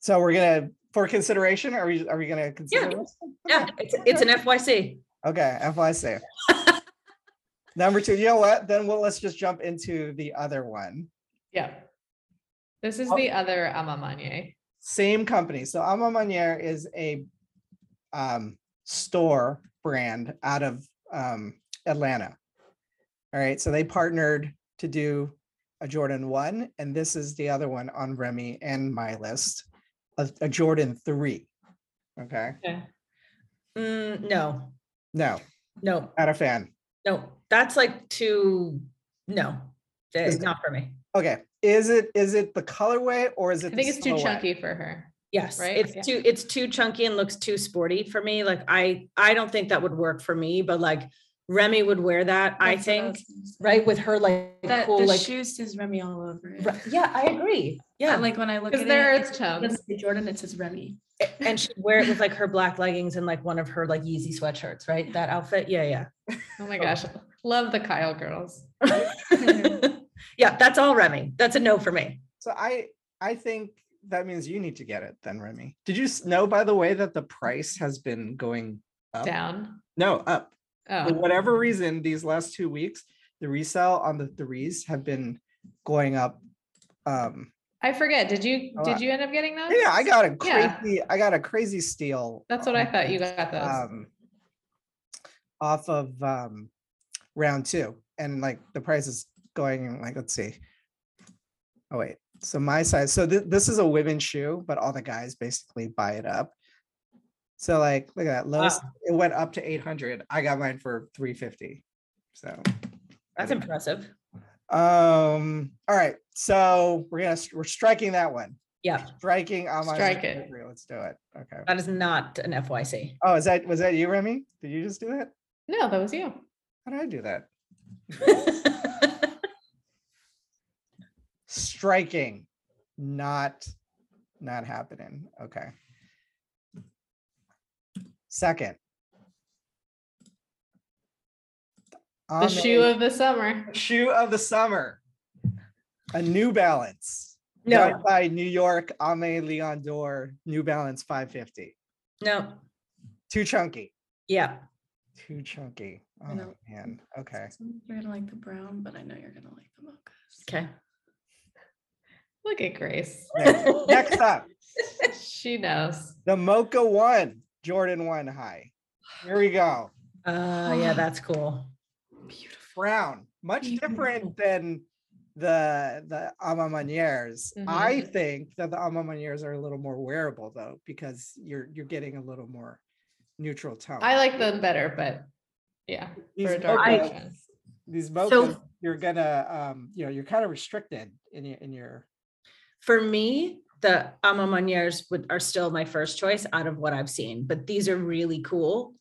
S2: So we're gonna, for consideration, are we, are we gonna consider this?
S4: Yeah, it's, it's an FYC.
S2: Okay, FYC. Number two, you know what? Then we'll, let's just jump into the other one.
S1: Yeah. This is
S2: Oh.
S1: the other Amamanye.
S2: Same company. So Alma Manier is a um, store brand out of um, Atlanta. All right. So they partnered to do a Jordan one, and this is the other one on Remy and my list, a, a Jordan three. Okay.
S4: Mm, no,
S2: No,
S4: no,
S2: not a fan.
S4: no. That's like too, no,
S2: Is
S4: it's
S2: it-
S4: not for me.
S2: Okay. Is it is it the colorway or is it?
S1: I
S2: the
S1: think it's too
S2: silhouette?
S1: chunky for her.
S4: Yes,
S1: right?
S4: it's
S1: Yeah.
S4: too it's too chunky and looks too sporty for me. Like I I don't think that would work for me, but like Remy would wear that. I
S5: That's what
S4: think
S5: was gonna say.
S4: right with her like
S5: That
S4: cool
S5: the
S4: like.
S5: shoe says Remy all over it.
S4: Ri- Yeah, I agree. Yeah,
S5: Like when I look at
S1: Because
S5: it,
S1: they're
S5: it's
S1: earth tones.
S5: Jordan- Jordan, it says Remy.
S4: A- and she'd wear it with like her black leggings and like one of her like Yeezy sweatshirts, right? That outfit. Yeah, yeah.
S1: Oh my gosh. Love the Kyle girls.
S5: Mm-hmm.
S4: yeah, that's all Remy. That's a no for me.
S2: So I I think that means you need to get it then, Remy. Did you s- know by the way that the price has been going up?
S1: Down.
S2: No, up. For
S1: Oh,
S2: whatever reason, these last two weeks, the resale on the threes have been going up. Um
S1: I forget. Did you
S2: Oh, I-
S1: did you end up getting those?
S2: yeah, I got a
S1: Yeah.
S2: crazy, I got a crazy steal.
S1: That's what I thought. You got those.
S2: um, off of um, round two, and like the price is going like let's see. Oh wait, so my size. So thi- this is a women's shoe, but all the guys basically buy it up. So like, look at that lowest. It went up to eight hundred. I got mine for three fifty. So
S4: That's
S5: Mm-hmm.
S4: impressive.
S2: um, all right. So we're gonna we're striking that one.
S4: Yeah,
S2: Striking online.
S1: Strike it.
S2: slavery. Let's do it. Okay.
S4: that is not an FYC.
S2: Oh, is that was that you, Remy? Did you just do that?
S1: No, that was you.
S2: How did I do that? striking not not happening okay second
S1: The
S2: On
S1: shoe of the summer.
S2: shoe of the summer a new balance
S4: no,
S2: done by new york ame leon dor new balance 550
S4: no.
S2: too chunky
S4: Yeah.
S2: too chunky oh
S5: know.
S2: man okay
S5: You're gonna like the brown, but I know you're gonna like the mochas.
S4: Okay.
S1: Look at Grace.
S2: next, next up
S1: She knows.
S2: the mocha one jordan one high here we go
S4: Uh, yeah, that's cool.
S5: Beautiful.
S2: Brown, much
S5: Even
S2: different than the the alma maniers.
S1: Mhm.
S2: I think that the alma maniers are a little more wearable though, because you're you're getting a little more neutral tone.
S1: I like them better, but yeah.
S2: these
S1: for a dark
S2: mocha-
S1: fashion.
S2: these
S4: So-
S2: mochas, you're gonna um, you know, you're kind of restricted in your in your
S4: For me, the Ama Moniers would are still my first choice out of what I've seen, but these are really cool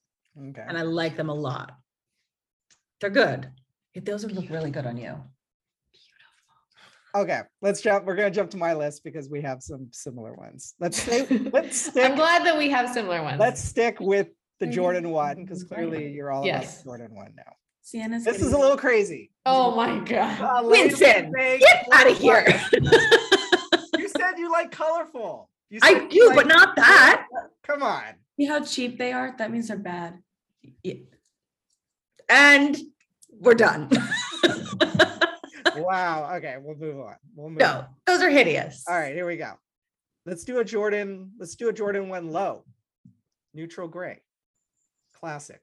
S2: okay.
S4: and I like them a lot. They're good. Yeah, Those would look really good on you.
S2: Okay, let's jump. We're gonna jump to my list because we have some similar ones. Let's stay, let's
S1: I'm
S2: stick
S1: glad that we have similar ones.
S2: let's stick with the
S5: Mhm.
S2: Jordan one because
S5: Right.
S2: clearly you're all about
S1: Yes.
S2: the Jordan one now.
S5: Sienna's.
S2: This
S5: getting
S2: is a
S5: it.
S2: little crazy.
S1: oh my god.
S2: Uh, ladies
S4: Winston,
S2: make-
S4: Get out of here.
S2: You said you like colorful. You
S4: I
S2: said you
S4: do,
S2: like-
S4: but not that.
S2: Come on.
S5: See how cheap they are? That means they're bad.
S4: And we're done.
S2: Wow. Okay, we'll move on. We'll move.
S4: no,
S2: on.
S4: those are hideous.
S2: All right, here we go. Let's do a Jordan. Let's do a Jordan one low, neutral gray, classic.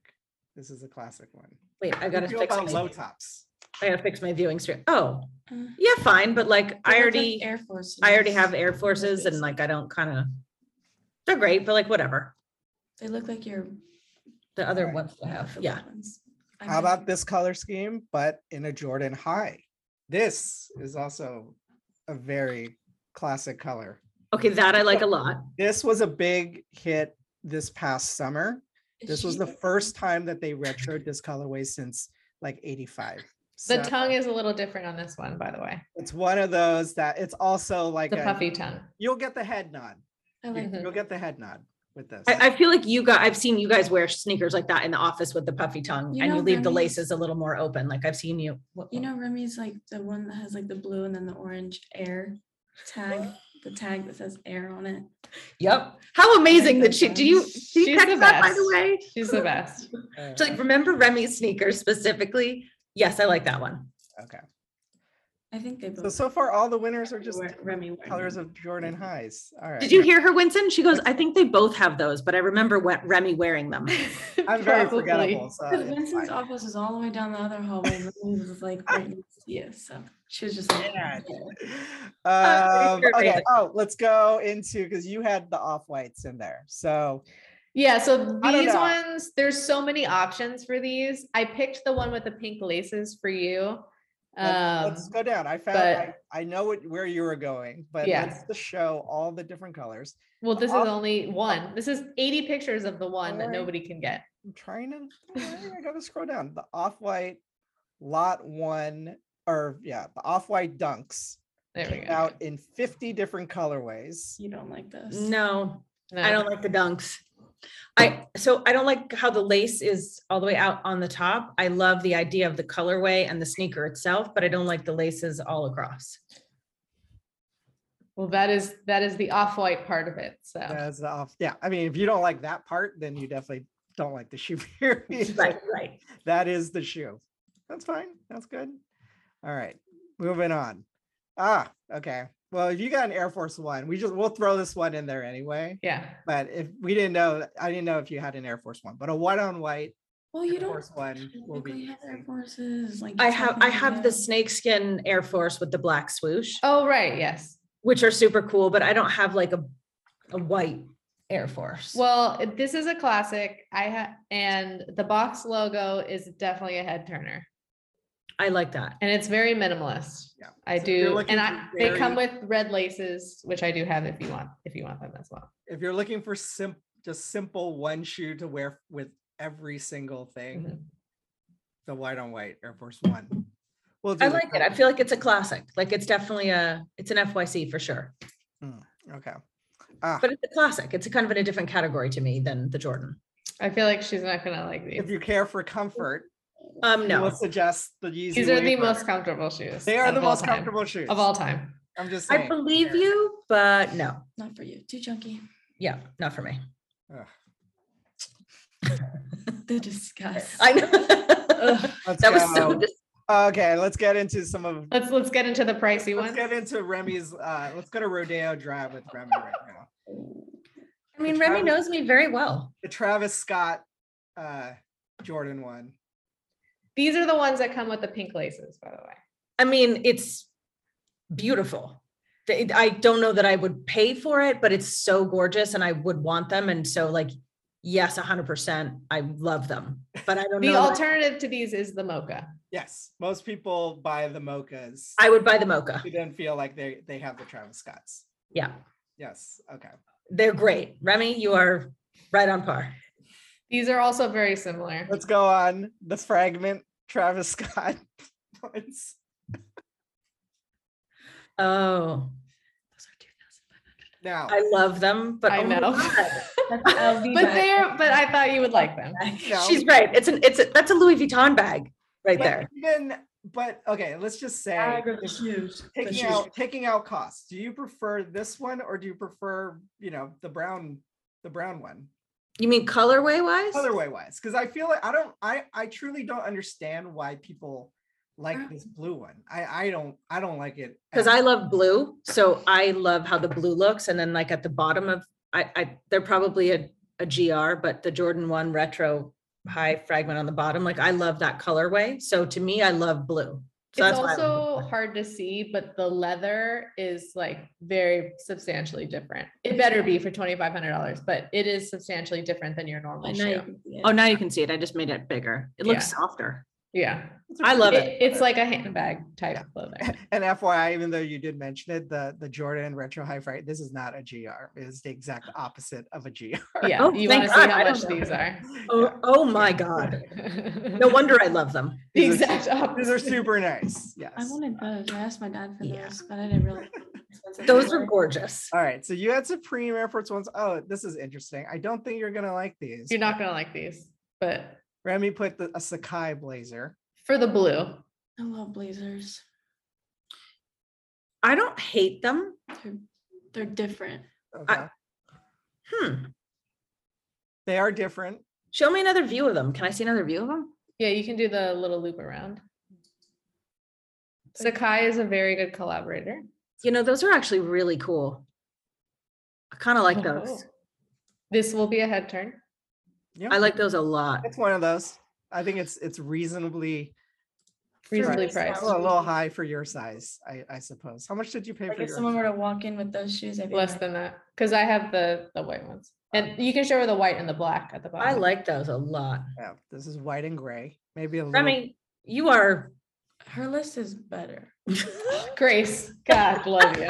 S2: This is a classic one.
S4: Wait, I
S2: How do
S4: gotta
S2: you feel
S4: fix
S2: about
S4: my,
S2: low tops.
S4: I gotta fix my viewing screen. Oh,
S5: Uh, they
S4: yeah, fine, but like I
S5: look like
S4: already
S5: Air Force.
S4: I already have Air Forces and like I don't kind of they're great, but like whatever.
S5: They look like your.
S4: The other
S2: Right.
S4: ones I have.
S5: the
S4: Yeah.
S5: white ones. I
S2: How
S5: mean,
S2: about this color scheme, but in a Jordan high? This is also a very classic color.
S4: Okay, that I like a lot.
S2: This was a big hit this past summer.
S5: is
S2: This was
S5: she-
S2: the first time that they retroed this colorway since like 85. So
S1: The tongue is a little different on this one, by the way.
S2: it's one of those that it's also like
S1: The
S2: a,
S1: puffy tongue.
S2: you'll get the head nod.
S5: I
S2: You-
S5: like
S1: Mhm.
S2: You'll get the head nod with this.
S4: I, I feel like you guys I've seen you guys wear sneakers like that in the office with the puffy tongue
S5: You
S4: and
S5: know,
S4: you leave the
S5: Remy's-
S4: laces a little more open. Like I've seen you. what-
S5: You know, Remy's like the one that has like the blue and then the orange air tag, the tag that says air on it.
S4: Yep. How amazing that
S5: those
S4: she do you
S1: ones.
S4: do you
S1: She's the
S4: text that by the
S1: best.
S4: way?
S1: She's the best.
S2: Uh,
S4: She's like, remember Remy's sneakers specifically? Yes, I like that one.
S2: okay.
S5: I think they both.
S2: So so far all the winners are just
S5: Where- Remy wearing
S2: colors
S5: them.
S2: of Jordan highs. All right.
S4: Did you hear her, Winston? She goes, I think they both have those, but I remember what Remy wearing them.
S2: I'm very
S1: Probably.
S2: forgettable. So
S5: Because
S2: it's
S5: Vincent's
S2: fine.
S5: office is all the way down the other hallway. and Remy was like, right next to you, so she was just like,
S2: Yeah.
S5: "Yeah."
S2: um,
S4: sure
S2: okay.
S4: Raven-
S2: Oh, let's go into because you had the off whites in there. So
S1: Yeah, so
S2: I don't
S1: these
S2: know.
S1: ones, there's so many options for these. I picked the one with the pink laces for you.
S2: Let's-
S1: Um,
S2: let's go down. I found
S1: but-
S2: I, I know what, where you were going, but
S1: Yeah.
S2: let's just show all the different colors.
S1: well, this is
S2: I'll-
S1: only one. This is 80 pictures of the one that
S2: Alright.
S1: nobody can get.
S2: I'm trying to I gotta scroll down. The off-white lot one or yeah, the off-white dunks
S1: There we
S2: came
S1: go.
S2: out in 50 different colorways.
S5: You don't like this.
S4: No,
S1: No.
S4: I don't like the dunks. I, so I don't like how the lace is all the way out on the top. I love the idea of the colorway and the sneaker itself, but I don't like the laces all across.
S1: Well, that is that is the off-white part of it. So
S2: As the off, yeah. I mean, if you don't like that part, then you definitely don't like the shoe. Period.
S4: Right, right.
S2: that is the shoe. That's fine. That's good. All right, moving on. Ah, okay. Well, if you got an Air Force One, we just we'll throw this one in there anyway.
S1: yeah.
S2: But if we didn't know, I didn't know if you had an Air Force One, but a white on white
S5: Well, you
S2: Air
S5: don't
S2: Force One will be
S5: technically have Air
S2: easy.
S5: Forces. Like
S4: I have, I have the
S5: this.
S4: snakeskin Air Force with the black swoosh,
S1: Oh, right. Yes.
S4: which are super cool, but I don't have like a, a white Air Force.
S1: Well, it- this is a classic. I have, and the box logo is definitely a head turner,
S4: I like that.
S1: and it's very minimalist.
S2: Yeah.
S1: I
S2: So if you're
S1: do,
S2: looking
S1: and I
S2: for
S1: they come
S2: very-
S1: with red laces, which I do have if you want if you want them as well.
S2: If you're looking for sim, just simple one shoe to wear with every single thing,
S1: Mhm.
S2: the white on white Air Force One. We'll do
S4: I
S2: the
S4: like it. I
S2: color.
S4: feel like it's a classic. Like it's definitely a, it's an FYC for sure,
S2: okay.
S4: but it's a classic. It's a kind of in a different category to me than the Jordan.
S1: I feel like she's not gonna like
S2: If
S1: these.
S2: you care for comfort,
S4: Um,
S2: we will
S4: no,
S2: suggest the Yeezy.
S1: These are the
S2: Waver.
S1: most comfortable shoes.
S2: They are
S1: of
S2: the
S1: all
S2: most
S1: time-
S2: comfortable shoes
S1: of all time.
S2: I'm just
S4: I
S2: saying.
S4: believe you, but no.
S5: Not for you. Too chunky.
S4: Yeah, not for me.
S5: The disgust.
S4: I know. that
S2: Let's
S4: was so.
S2: go.
S4: dis-
S2: okay, let's get into some of.
S1: Let's let's get into the pricey
S2: Let's
S1: ones.
S2: get into Remy's. Uh, let's go to Rodeo Drive with Remy right now.
S4: I mean, Remy
S2: Travis-
S4: knows me very well.
S2: The Travis Scott, uh, Jordan one.
S1: These are the ones that come with the pink laces, by the way.
S4: I mean, it's beautiful. Th- I don't know that I would pay for it, but it's so gorgeous, and I would want them. And so, like, yes, hundred percent, I love them. But I don't
S1: The
S4: know. that
S1: alternative to these is the mocha.
S2: Yes, most people buy the mochas.
S4: I would buy the mocha.
S2: Who don't feel like they they have the Travis Scotts.
S4: Yeah,
S2: Yes. Okay.
S4: they're great. Remy, you are right on par.
S1: These are also very similar.
S2: Let's go on the fragment Travis Scott ones.
S4: Oh,
S2: Now,
S4: I love them, but
S1: I
S4: oh my
S1: know.
S4: God.
S3: That's LV
S1: But
S3: bag.
S1: they're but I thought you would like them.
S2: No.
S4: She's right. It's an it's a, that's a Louis Vuitton bag right
S2: but
S4: there.
S2: Even, but okay, let's just say
S5: I agree with the shoes. The
S2: taking
S5: shoes.
S2: out taking out costs do you prefer this one or do you prefer you know the brown the brown one
S4: You mean colorway wise?
S2: colorway wise because i feel like i don't i i truly don't understand why people like this blue one i i don't i don't like it
S4: Because
S2: at
S4: I love blue, so I love how the blue looks. And then like at the bottom of I, I they're probably a, a GR, but the Jordan One retro high fragment on the bottom, like I love that colorway. So to me, I love blue. So
S1: it's
S4: that's why I love
S1: also hard to see, but the leather is like very substantially different. It better be for twenty five hundred dollars, but it is substantially different than your normal
S5: But now you
S1: shoe.
S5: can see
S4: blue.
S5: it.
S4: Oh, now you can see it. I just made it bigger. It looks softer.
S1: Yeah,
S2: It's
S4: I love it.
S1: It- it's like a handbag type of leather.
S2: and fyi even though you did mention it the the jordan retro high fright this is not a gr it is the exact opposite of a gr
S1: Yeah,
S4: Oh,
S1: you
S4: thank
S1: want to see
S4: God,
S1: how
S4: I don't
S1: much
S4: know.
S1: these are.
S4: Oh, oh my God. No
S1: the
S4: wonder I love them.
S2: These are-
S1: exact
S2: these
S1: opposite.
S2: are super nice yes
S5: I wanted those. I asked my dad for
S4: Yeah.
S5: those, but I didn't really.
S4: Those are gorgeous.
S2: all right so you had supreme air force ones oh this is interesting i don't think you're gonna like these
S1: You're not gonna like these, but
S2: Remy put the, a Sakai blazer.
S1: for the blue,
S5: I love blazers.
S4: I don't hate them.
S5: They're, they're different.
S2: Okay.
S4: Hmm.
S2: they are different.
S4: Show me another view of them. Can I see another view of them?
S1: yeah, you can do the little loop around. Sakai is a very good collaborator.
S4: You know, those are actually really cool. I kind of like those.
S1: Oh. This will be a head turn.
S2: Yeah.
S4: I like those a lot.
S2: it's one of those. I think it's it's reasonably
S1: Reasonably
S5: Nice, that
S1: priced.
S2: a
S5: was
S2: little, a little
S5: really-
S2: high for your size, I, I suppose. How much did you pay
S5: Like
S2: for
S5: if
S2: your
S5: someone were to walk in with those shoes, I'd be
S1: Less
S5: like,
S1: than that, because I have the the white ones, and you can show her the white and the black at the bottom.
S4: I like those a lot.
S2: yeah, this is white and gray. Maybe a little
S4: Remy, you are
S5: Her list is better.
S1: Grace, God love you.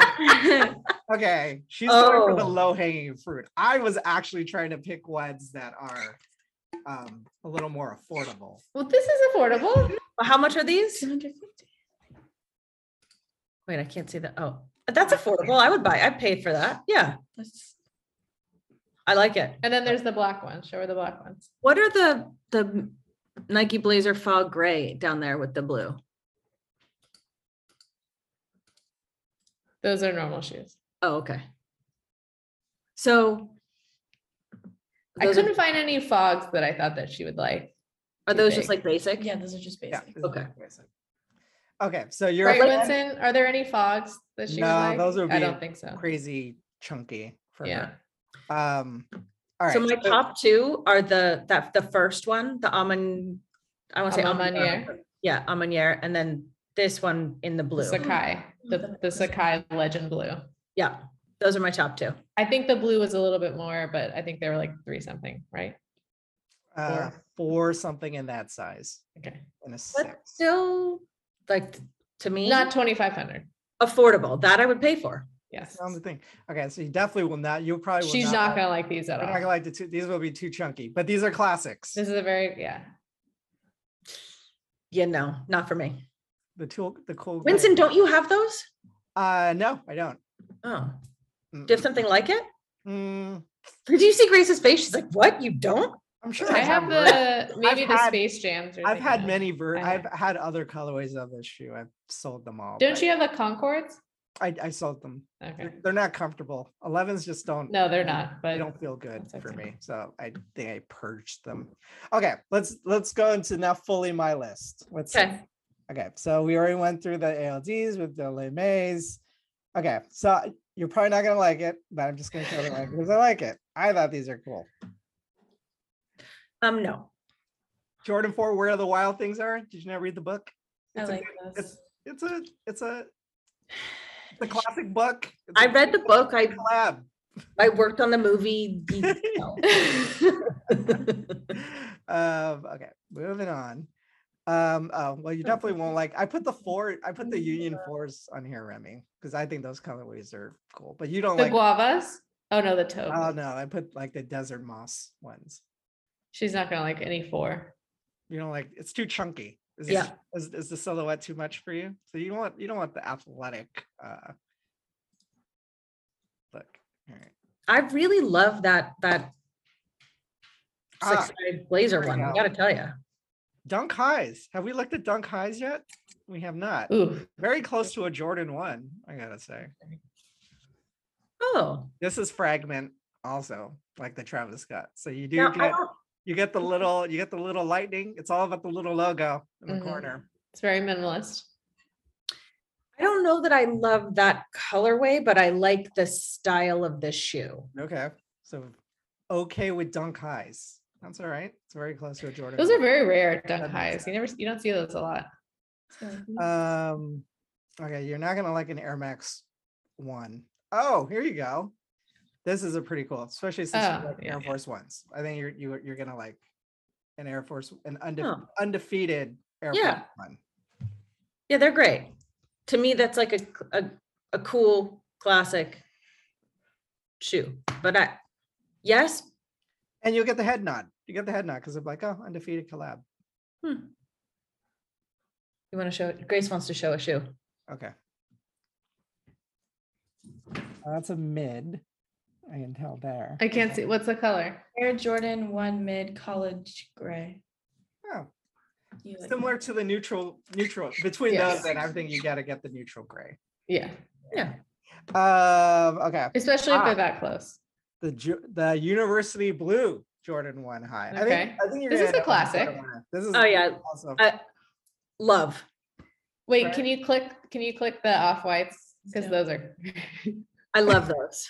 S2: Okay, she's going for the
S4: Oh.
S2: low hanging fruit. I was actually trying to pick ones that are um, a little more affordable.
S1: Well, this is affordable.
S4: How much are these?
S5: 250.
S4: Wait, I can't see that. Oh, that's affordable. I would buy. I paid for that. Yeah,
S5: That's
S4: I like it.
S1: And then there's the black one. Show her the black ones.
S4: What are the the Nike Blazer Fog Gray down there with the blue?
S1: Those are normal shoes.
S4: Oh, okay. So
S1: I
S4: those
S1: couldn't
S4: are,
S1: find any fogs that I thought that she would like.
S4: are those just
S1: big.
S4: like basic?
S5: yeah, those are just
S2: Yeah.
S5: basic.
S2: this is
S4: Okay.
S2: basic. Okay, so you're
S1: Right,
S2: like
S1: Winston? Are there any fogs that she would
S2: No,
S1: like?
S2: those would
S1: I
S2: be
S1: don't think so.
S2: crazy chunky for
S1: Yeah.
S2: her. Um, all right.
S4: so my top two are the that the first one, the almond. I want to say almond.
S1: Almond-Manier?
S4: Yeah, almondier, and then this one in the
S1: The
S4: blue.
S1: Sakai, the, the Sakai Legend Blue.
S4: Yeah, those are my top two.
S1: I think the blue was a little bit more, but I think they were like three something, right?
S2: uh,
S1: four.
S2: four something in that size
S1: Okay.
S2: and a
S4: But
S2: six.
S4: still, like to me,
S1: Not 2,500.
S4: affordable. That I would pay for.
S1: Yes.
S2: On the thing. Okay, so you definitely will not. You probably will
S1: She's not going to like these at
S2: You're not gonna
S1: all.
S2: like the two. These will be too chunky, but these are classics.
S1: This is a very, yeah.
S4: Yeah, no, not for me.
S2: The tool, the cool. gray.
S4: Winston, don't you have those?
S2: Uh, no, I don't.
S4: Oh, do you have
S2: Mm,
S4: something like it?
S2: mm,
S4: Did you see Grace's face? She's like, "What? You don't?"
S2: I'm sure.
S1: I
S2: I
S1: have the, maybe the
S2: had-
S1: Space Jams. you're
S2: I've
S1: thinking
S2: had
S1: of.
S2: many. Ver-
S1: I
S2: I've had other colorways of this shoe. I've sold them all.
S1: Don't
S2: but
S1: you have the Concords?
S2: I, I sold them.
S1: Okay.
S2: They're, they're not comfortable. Elevens just don't.
S1: No, they're not,
S2: They
S1: but
S2: don't feel good
S1: that's
S2: for
S1: okay.
S2: me. So I think I purged them. Okay, let's let's go into now fully my list. Let's see.
S4: Okay.
S2: Okay, so we already went through the ALDs with the Le Mays. Okay, so you're probably not gonna like it, but I'm just gonna show it like because I like it. I thought these are cool.
S4: Um, no.
S2: Jordan Four, Where the Wild Things Are. Did you not read the book?
S5: I
S2: It's a
S5: like
S2: good-
S5: those.
S2: It's a it's a it's a classic book. It's
S4: I
S2: a
S4: read the book. I
S2: collab.
S4: I worked on the movie. No.
S2: um, okay, moving on. Um, oh, well, you definitely won't like. I put the four. I put the Union Fours on here, Remy, because I think those colorways are cool. But you don't
S1: the
S2: like.
S1: guavas. Oh no, the toad.
S2: Oh no, I put like the desert moss ones.
S1: She's not gonna like any four.
S2: You don't like it's too chunky. Is
S4: Yeah.
S2: it- is, is the silhouette too much for you? So you don't want you don't want the athletic uh look. All right.
S4: I really love that that
S2: Ah.
S4: six-sided blazer one. I
S2: Yeah.
S4: gotta tell you,
S2: Dunk highs. Have we looked at dunk highs yet? We have not.
S1: Ooh,
S2: Very close to a Jordan one, I gotta say.
S4: oh,
S2: This is fragment also, like the Travis Scott. So you do
S4: now, I
S2: get
S4: don't,
S2: you get the little you get the little lightning. It's all about the little logo in the
S1: Mhm.
S2: corner.
S1: it's very minimalist.
S4: I don't know that I love that colorway, but I like the style of this shoe.
S2: Okay. So okay with dunk highs. That's all right. It's very close to a Jordan.
S1: Those are
S2: one.
S1: very rare
S2: That
S1: dunk
S2: makes
S1: highs. You never you don't see those a lot.
S5: So,
S2: um okay, you're not gonna like an Air Max one. Oh, here you go. This is a pretty cool, especially since you
S1: Oh,
S2: like
S1: yeah,
S2: Air
S1: yeah.
S2: Force Ones. I think you're you're you're gonna like an Air Force an unde-
S4: Oh.
S2: undefeated Air
S4: Yeah.
S2: Force One.
S4: Yeah, they're great. To me, that's like a a, a cool classic shoe. But I, yes,
S2: And you'll get the head nod. You get the head nod because I'm like, oh, undefeated collab.
S4: you want to show it. Grace wants to show a shoe.
S2: Okay. That's a mid. I can tell there.
S1: I can't see what's the color.
S5: Air Jordan 1 mid college gray.
S2: Oh,
S5: You like
S2: similar to the neutral neutral between
S1: Yes.
S2: those and everything you got to get the neutral gray
S1: Yeah,
S2: um okay
S1: especially if
S2: Ah.
S1: they're that close.
S2: the Ju- the university blue jordan one high i think
S1: Okay.
S2: i think you're
S1: This is
S2: gonna
S1: a
S2: know what I'm talking
S1: classic.
S2: about. this is
S4: Oh, yeah.
S2: awesome.
S4: I- Love.
S1: Wait,
S4: Right.
S1: can you click can you click the off whites? Because
S5: Yeah.
S1: those are
S4: I love those.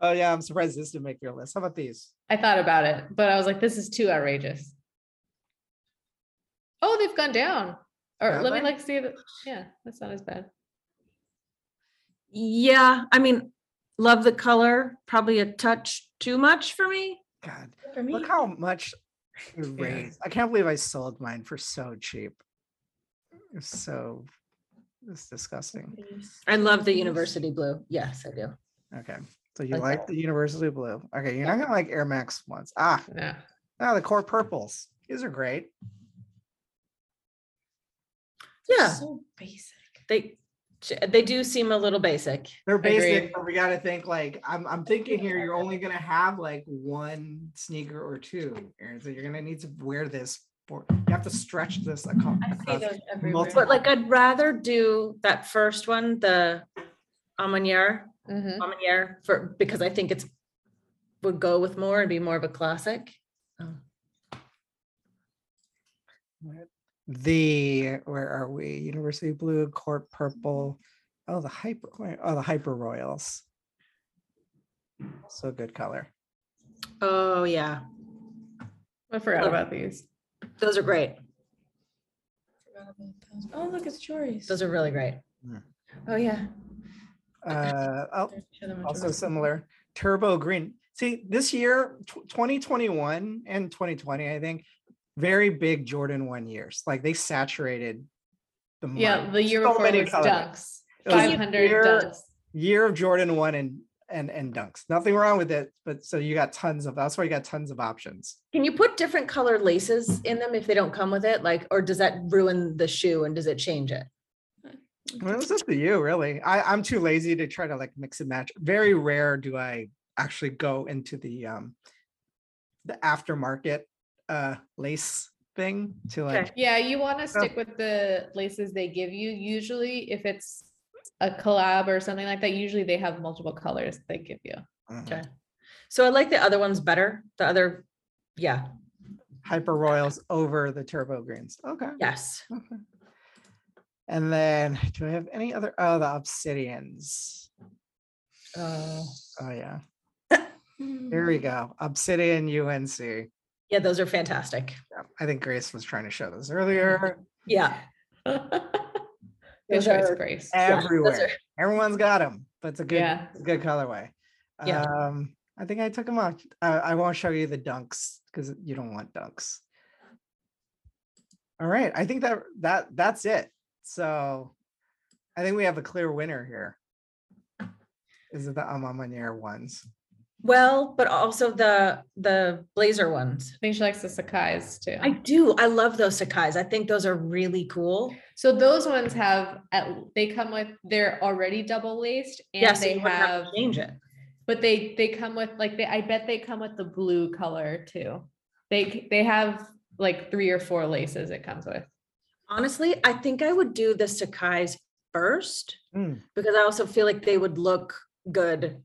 S2: oh yeah i'm surprised this didn't make your list how about these
S1: I thought about it, but I was like, this is too outrageous. Oh, they've gone down. Or
S2: Have
S1: let me
S2: they?
S1: like see the yeah, that's not as bad.
S4: Yeah, I mean, love the color. Probably a touch too much for me.
S2: god
S5: that. For me,
S2: look how much you raised i can't believe i sold mine for so cheap It's so it's disgusting.
S4: I love the university blue. Yes, I do.
S2: Okay. So you
S4: Like
S2: like
S4: that.
S2: the university blue. Okay, you're not gonna like Air Max ones. Ah,
S1: No.
S2: ah, the core purples. These are great.
S4: Yeah,
S5: So basic.
S4: they they do seem a little basic.
S2: They're basic,
S1: Agreed.
S2: but we gotta think like I'm I'm thinking here you're only gonna have like one sneaker or two, Aaron. So you're gonna need to wear this for you have to stretch this aco-
S5: I see
S2: across.
S5: those everywhere.
S2: multiple-
S4: But like, I'd rather do that first one, the Amanier,
S1: Mhm.
S4: Amanier, for because I think it's would go with more and be more of a classic.
S2: The where are we? University blue, court purple. Oh, the hyper oh the hyper royals. So good color.
S4: Oh yeah,
S1: I forgot
S4: Look.
S1: about these.
S4: those are great.
S5: Forgot about those. Oh, look, it's Jory's.
S4: Those are really great.
S2: Mm.
S4: Oh yeah,
S2: Uh oh,
S5: Show them a
S2: also
S5: Jory's.
S2: similar turbo green see this year tw- 2021 and 2020 i think very big jordan one years like they saturated the
S1: Yeah,
S2: market.
S1: the year
S2: So
S1: before
S2: many
S1: was
S2: colors.
S1: dunks.
S2: It was a
S1: 500
S2: year-
S1: dunks.
S2: year of jordan one and and and dunks nothing wrong with it but so you got tons of that's why you got tons of options
S4: can you put different color laces in them if they don't come with it? Like, or does that ruin the shoe and does it change it?
S2: well, it's up to you really i i'm too lazy to try to like mix and match very rare do i actually go into the um the aftermarket uh lace thing to
S4: Okay.
S2: like
S1: Yeah, you want to
S2: So-
S1: stick with the laces they give you. Usually, if it's a collab or something like that, usually they have multiple colors they give you.
S2: Mhm.
S4: Okay. So I like the other ones better. The other, yeah,
S2: Hyper Royals over the Turbo Greens. Okay.
S4: yes.
S2: okay. And then do I have any other? Oh, the Obsidians.
S4: Oh,
S2: Oh, yeah.
S5: Mm.
S2: Here
S4: Mm-hmm.
S2: we go. Obsidian UNC. Yeah,
S4: yeah, those are fantastic.
S2: I think Grace was trying to show this earlier.
S4: Yeah,
S1: Good
S4: Those
S1: choice,
S4: are-
S1: Grace.
S4: those
S2: Everywhere. Everyone's got them, but it's a good,
S1: Yeah.
S2: it's a good colorway.
S4: Yeah.
S2: Um, I think I took them off. I, I won't show you the dunks because you don't want dunks. All right. I think that that that's it. So I think we have a clear winner here. Is it the Amamanier ones?
S4: well, but also the the blazer ones.
S1: I think she likes the Sakai's too.
S4: I do. I love those Sakai's. I think those are really cool.
S1: so those ones have at, they come with they're already double laced and
S4: yes,
S1: they have,
S4: change it.
S1: but they they come with like they I bet they come with the blue color too. They c- they have like three or four laces it comes with.
S4: Honestly, I think I would do the Sakai's first
S2: Mm.
S4: because I also feel like they would look good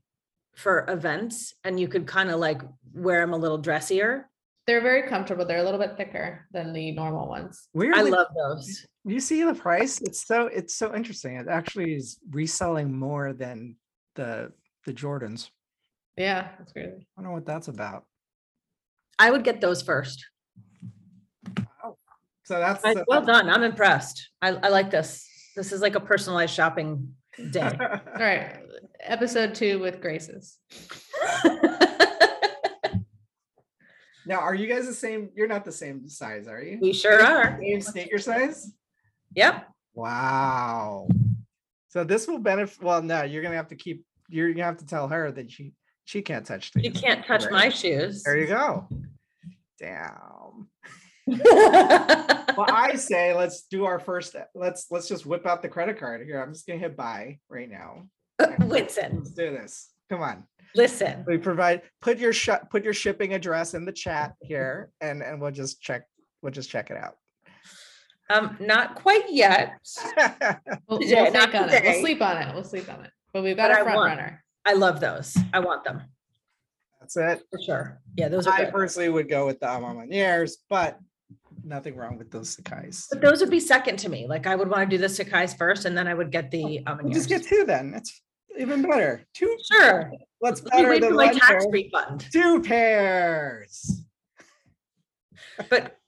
S4: for events, and you could kind of like wear them a little dressier.
S1: They're very comfortable. They're a little bit thicker than the normal ones.
S4: I
S2: Weirdly,
S4: love those.
S2: you see the price. It's so it's so interesting. It actually is reselling more than the the Jordans.
S1: Yeah, that's crazy.
S2: I don't know what that's about.
S4: I would get those first.
S2: So that's
S4: I-
S2: the-
S4: Well done. I'm impressed. I, I like this. This is like a personalized shopping day.
S1: All right, episode two with Graces.
S2: now, are you guys the same? You're not the same size, are you?
S4: we sure are.
S2: Same sneaker size?
S4: Yep.
S2: Wow. So this will benefit. Well, no, you're gonna have to keep. You're gonna have to tell her that she she can't touch things.
S4: You can't touch my shoes.
S2: There you go. Damn. Well, I say let's do our first. Let's let's just whip out the credit card here. I'm just gonna hit buy right now.
S4: Listen,
S2: Let's do this. Come on.
S4: listen.
S2: We provide put your sh- put your shipping address in the chat here, and and we'll just check we'll just check it out.
S4: Um, not quite yet.
S1: We'll,
S4: Today,
S1: we'll
S4: not
S1: think on it. We'll
S4: today.
S1: sleep on it. We'll sleep on it. But we've got
S4: But
S1: a
S4: I
S1: front
S4: want-
S1: runner.
S4: I love those. I want them
S2: That's it.
S4: for sure. Yeah, those are
S2: I
S4: good.
S2: personally would go with the Amamaniers, but nothing wrong with those Sakais.
S4: But those would be second to me. Like I would want to do the Sakai's first and then I would get the um,
S2: We
S4: Amaniers.
S2: Oh, just get two then. That's even better. Two.
S4: Sure.
S2: What's
S4: Let
S2: better
S4: me wait for
S2: than
S4: my
S2: one
S4: tax
S2: pair?
S4: refund.
S2: Two pairs.
S4: But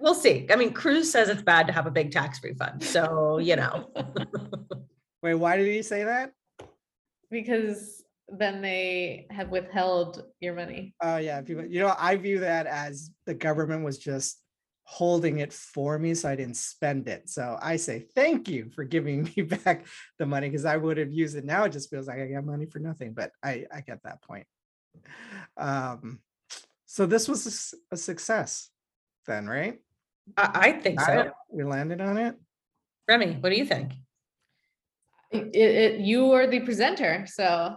S4: we'll see. I mean, Cruz says it's bad to have a big tax refund. So, you know,
S2: Wait, why did he say that?
S1: because then they have withheld your money.
S2: Oh yeah, people. You know, I view that as the government was just holding it for me so I didn't spend it. So I say thank you for giving me back the money because I would have used it now. It just feels like I got money for nothing, but I, I get that point. Um, so this was a s- a success then, right?
S4: I, I think so.
S2: I- We landed on it.
S4: Remy, what do you think?
S1: It, it, you are the presenter, so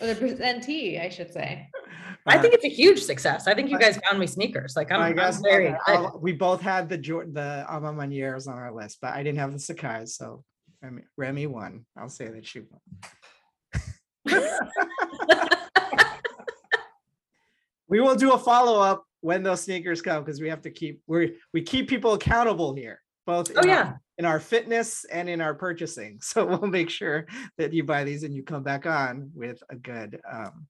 S1: or the presentee, I should say.
S4: I
S2: Uh,
S4: think it's a huge success. I think you
S2: I-
S4: guys found me sneakers. Like I'm,
S2: I
S4: I'm
S2: guess
S4: very
S2: okay,
S4: excited.
S2: I'll- we both had the Jor- the Alma Maniere's on our list, but I didn't have the Sakai's. So Remy, Remy won. I'll say that she won. we will do a follow up when those sneakers come because we have to keep we we keep people accountable here, both in,
S4: Oh
S2: our-
S4: yeah.
S2: in our fitness and in our purchasing. So we'll make sure that you buy these and you come back on with a good um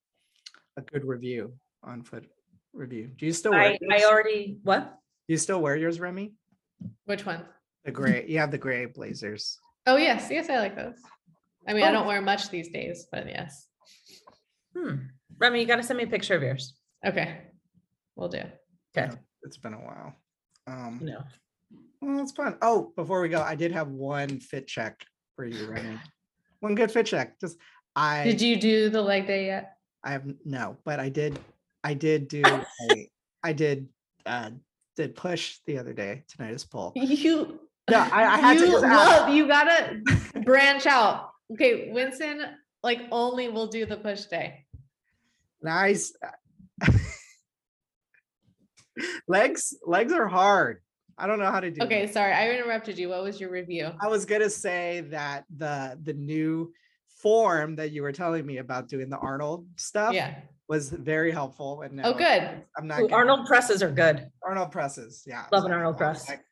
S2: a good review on foot review. Do you still wear
S4: I, I
S2: yours?
S4: already what?
S2: Do you still wear yours, Remy?
S1: Which one?
S2: The gray, you have the gray blazers.
S1: Oh yes, yes, I like those. I mean, I
S4: Oh.
S1: don't wear much these days, but yes.
S4: Hmm. Remy, you gotta send me a picture of yours.
S1: Okay, we'll do.
S4: Okay.
S2: It's been a while. Um,
S4: No.
S2: well, it's fun. Oh, before we go, I did have one fit check for you, Remy. One good fit check. Just I,
S1: Did you do the leg day yet?
S2: I have no, but I did, I did do, a- I did, uh, did push the other day. Tonight is pull.
S1: You.
S2: No, I, I had to.
S1: you
S2: just ask.
S1: love. You gotta branch out. Okay, Winston, like only will do the push day.
S2: Nice. legs, legs are hard. I don't know how to do. them.
S1: Okay, sorry, I interrupted you. What was your review?
S2: I was gonna say that the the new form that you were telling me about doing the Arnold stuff
S1: Yeah.
S2: was very helpful. And now
S1: Oh, good.
S2: I'm not
S4: Ooh,
S2: gonna-
S4: Arnold presses are good.
S2: Arnold presses. Yeah,
S4: Love an
S2: so
S4: Arnold
S2: I was
S4: press.
S2: like,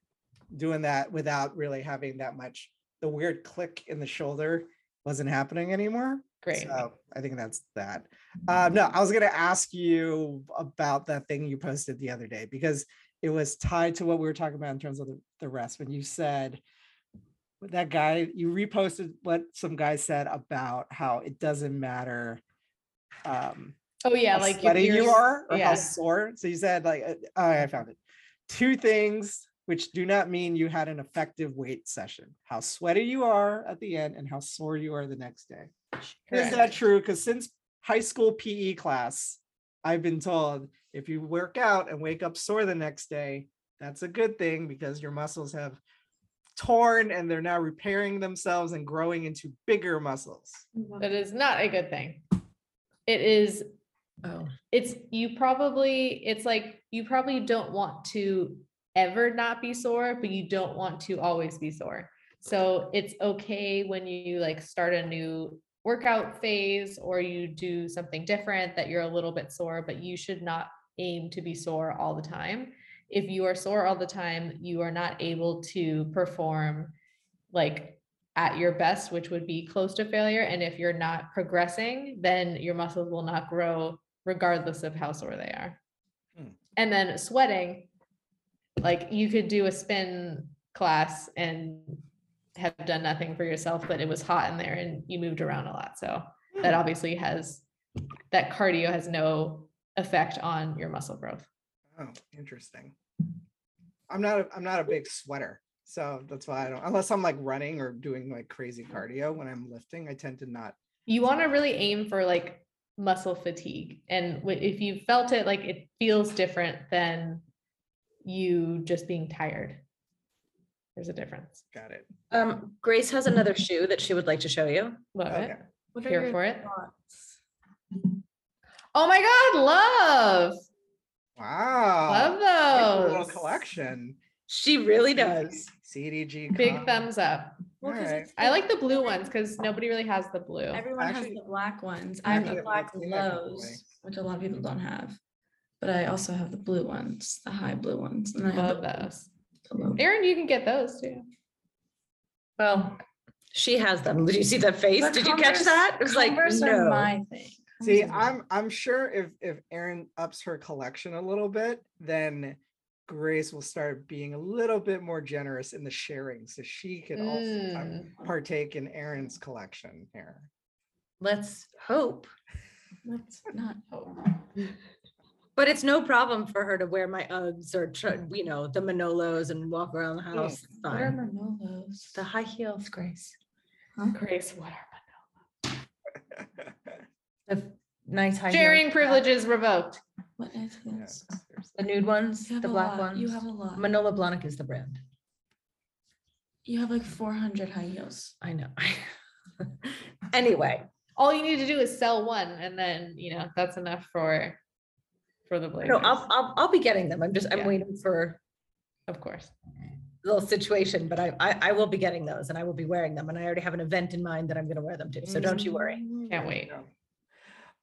S2: Doing that without really having that much the weird click in the shoulder wasn't happening anymore.
S1: Great.
S2: So I think that's that. Uh, no, I was gonna ask you about that thing you posted the other day because it was tied to what we were talking about in terms of the, the rest. When you said with that guy, you reposted what some guy said about how it doesn't matter um
S1: Oh yeah,
S2: how
S1: like your
S2: sweaty you
S1: ears-
S2: are or how
S1: Yeah.
S2: sore. So you said like uh, oh, I found it. Two things which do not mean you had an effective weight session. How sweaty you are at the end and how sore you are the next day. Is
S1: Correct.
S2: that true? Because since high school PE class, I've been told if you work out and wake up sore the next day, that's a good thing because your muscles have torn and they're now repairing themselves and growing into bigger muscles.
S1: That is not a good thing. It is
S4: Oh.
S1: it's you probably it's like you probably don't want to ever not be sore but you don't want to always be sore so it's okay when you like start a new workout phase or you do something different that you're a little bit sore but you should not aim to be sore all the time if you are sore all the time you are not able to perform like at your best which would be close to failure and if you're not progressing then your muscles will not grow regardless of how sore they are.
S2: Hmm.
S1: And then sweating, like you could do a spin class and have done nothing for yourself, but it was hot in there and you moved around a lot. So that obviously has that cardio has no effect on your muscle growth.
S2: Oh, interesting. I'm not a, I'm not a big sweater. So that's why I don't unless I'm like running or doing like crazy cardio when I'm lifting, I tend to not
S1: You want to really aim for like muscle fatigue. And wh- if you felt it, like it feels different than you just being tired. There's a difference.
S2: got it.
S4: Um, Grace has another shoe that she would like to show you.
S1: Love
S2: Okay.
S1: it.
S5: What
S1: Here for it.
S5: thoughts?
S1: Oh my God, love.
S2: Wow.
S1: love
S2: Like a
S1: those.
S2: little collection.
S4: She really does.
S2: CDG.
S1: Big
S2: con.
S1: thumbs up.
S5: Well, 'cause
S2: Alright.
S5: it's
S1: I like the blue ones because nobody really has the blue.
S5: Everyone
S2: Actually-
S5: has the black ones. I have
S2: Actually,
S5: the
S2: it looks like
S5: black
S2: a blue
S5: lows, which a lot of people don't have. But I also have the blue ones, the high blue ones. And I have
S1: Love
S5: the-
S1: those.
S5: the low-
S1: Erin, you can get those too. Hmm.
S4: Well, she has them. Did you see that face?
S5: But
S4: Did you catch
S5: Converse-
S4: that? It was like
S5: Converse are
S4: no.
S5: my thing.
S2: See,
S5: Converse are my-
S2: I'm I'm sure if if Erin ups her collection a little bit, then Grace will start being a little bit more generous in the sharing, so she could also um,
S1: Mm.
S2: partake in Erin's collection here.
S4: Let's hope.
S5: Let's not hope.
S4: But it's no problem for her to wear my Uggs or, tr- you know, the Manolos and walk around the house. It's
S5: What are
S4: fine.
S5: Manolos?
S4: The high heels, Grace.
S1: Grace, what are
S4: The nice high
S1: sharing privileges revoked?
S5: What is this?
S4: The nude ones,
S5: You have
S4: the
S5: a
S4: black
S5: lot.
S4: ones.
S5: You have a lot.
S4: Manola Blahnik is the brand.
S5: You have like 400 high heels.
S4: I know. anyway,
S1: All you need to do is sell one, and then you know that's enough for for the Blazers.
S4: no, I'll, I'll, I'll be getting them. I'm just, I'm
S1: Yeah.
S4: waiting for
S1: of course.
S4: the little situation, but I, I, I will be getting those and I will be wearing them. And I already have an event in mind that I'm going to wear them to. So don't you
S2: Mm-hmm.
S4: worry.
S1: Can't wait.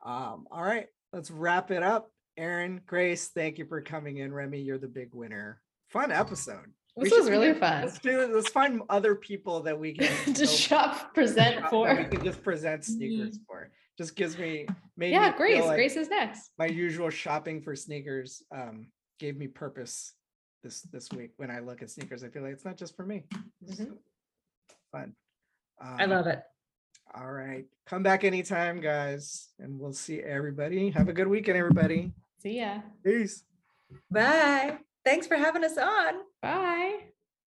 S2: Um, all right, let's wrap it up. Aaron, Grace, thank you for coming in. Remy, you're the big winner. Fun episode. We
S1: This
S2: should
S1: was
S2: do
S1: really
S2: it.
S1: fun
S2: Let's do. Let's find other people that we can
S1: to
S2: go
S1: shop present
S2: shop that we
S1: for. Mm-hmm.
S2: can just present sneakers for. Just gives me made me
S1: Yeah,
S2: feel
S1: Grace.
S2: like
S1: Grace is next.
S2: my usual shopping for sneakers um gave me purpose this this week when I look at sneakers. I feel like it's not just for me. It's
S1: Mm-hmm.
S2: Fun. Um,
S4: I love it.
S2: All right. Come back anytime, guys, and we'll see everybody. Have a good weekend, everybody.
S1: See ya.
S2: Peace.
S4: Bye. Thanks for having us on.
S1: Bye.